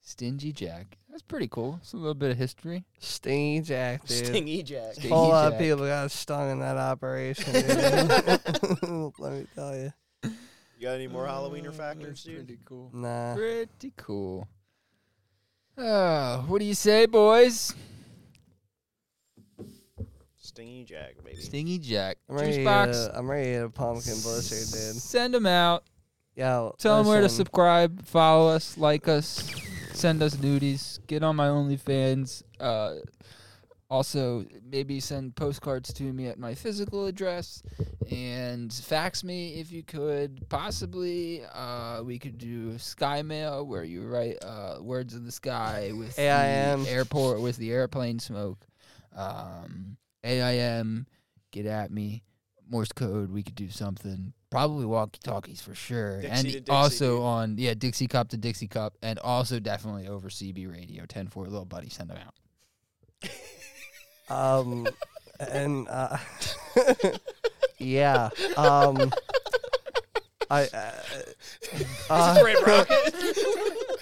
C: Stingy Jack. That's pretty cool. It's a little bit of history.
E: Stingy Jack, dude.
F: Stingy Jack.
E: A whole lot of
C: Jack.
E: people got stung in that operation, dude. Let me tell you.
D: You got any more Halloweener
C: Uh,
D: factors,
C: that's
D: dude?
C: Pretty cool.
E: Nah.
C: Pretty cool. Uh, what do you say, boys?
D: Stingy Jack, baby.
C: Stingy Jack.
E: I'm
C: Juice
E: ready,
C: box.
E: to, I'm ready to pumpkin blizzard, dude.
C: Send them out.
E: Yo,
C: Tell them where to
E: listen,
C: subscribe, follow us, like us, send us nudies, get on my OnlyFans. Uh, also, maybe send postcards to me at my physical address and fax me if you could. Possibly, uh, we could do sky mail where you write uh, words in the sky with
E: AIM.
C: the airport with the airplane smoke. Um, AIM, get at me. Morse code, we could do something. Probably walkie talkies for sure.
D: Dixie
C: and
D: to Dixie,
C: also
D: dude.
C: on, yeah, Dixie Cup to Dixie Cup. And also definitely over CB Radio 10 4. Little buddy, send them out.
E: Um, and uh, yeah. Um, I. Uh, uh,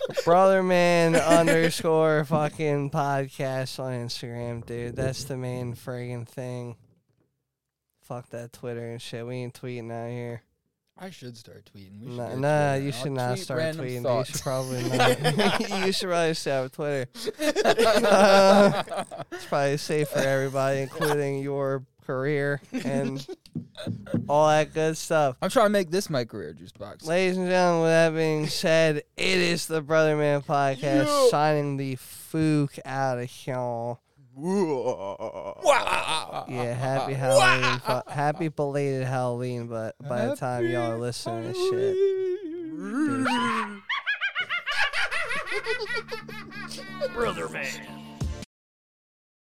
E: brother man underscore fucking podcast on Instagram, dude. That's the main friggin' thing. Fuck that Twitter and shit. We ain't tweeting out here.
C: I should start tweeting. We should
E: Nah,
C: get
E: nah
C: Twitter.
E: you
C: I'll
E: should not
C: tweet
E: start
C: random
E: tweeting.
C: thoughts.
E: You should probably not. you should probably stay off Twitter. Uh, it's probably safe for everybody, including your career and all that good stuff.
C: I'm trying to make this my career, Juice Box.
E: Ladies and gentlemen, with that being said, it is the Brother Man Podcast signing the fook out of y'all. Yeah, happy Halloween. fu- happy belated Halloween, but by the time y'all are listening to this shit.
A: Brother man.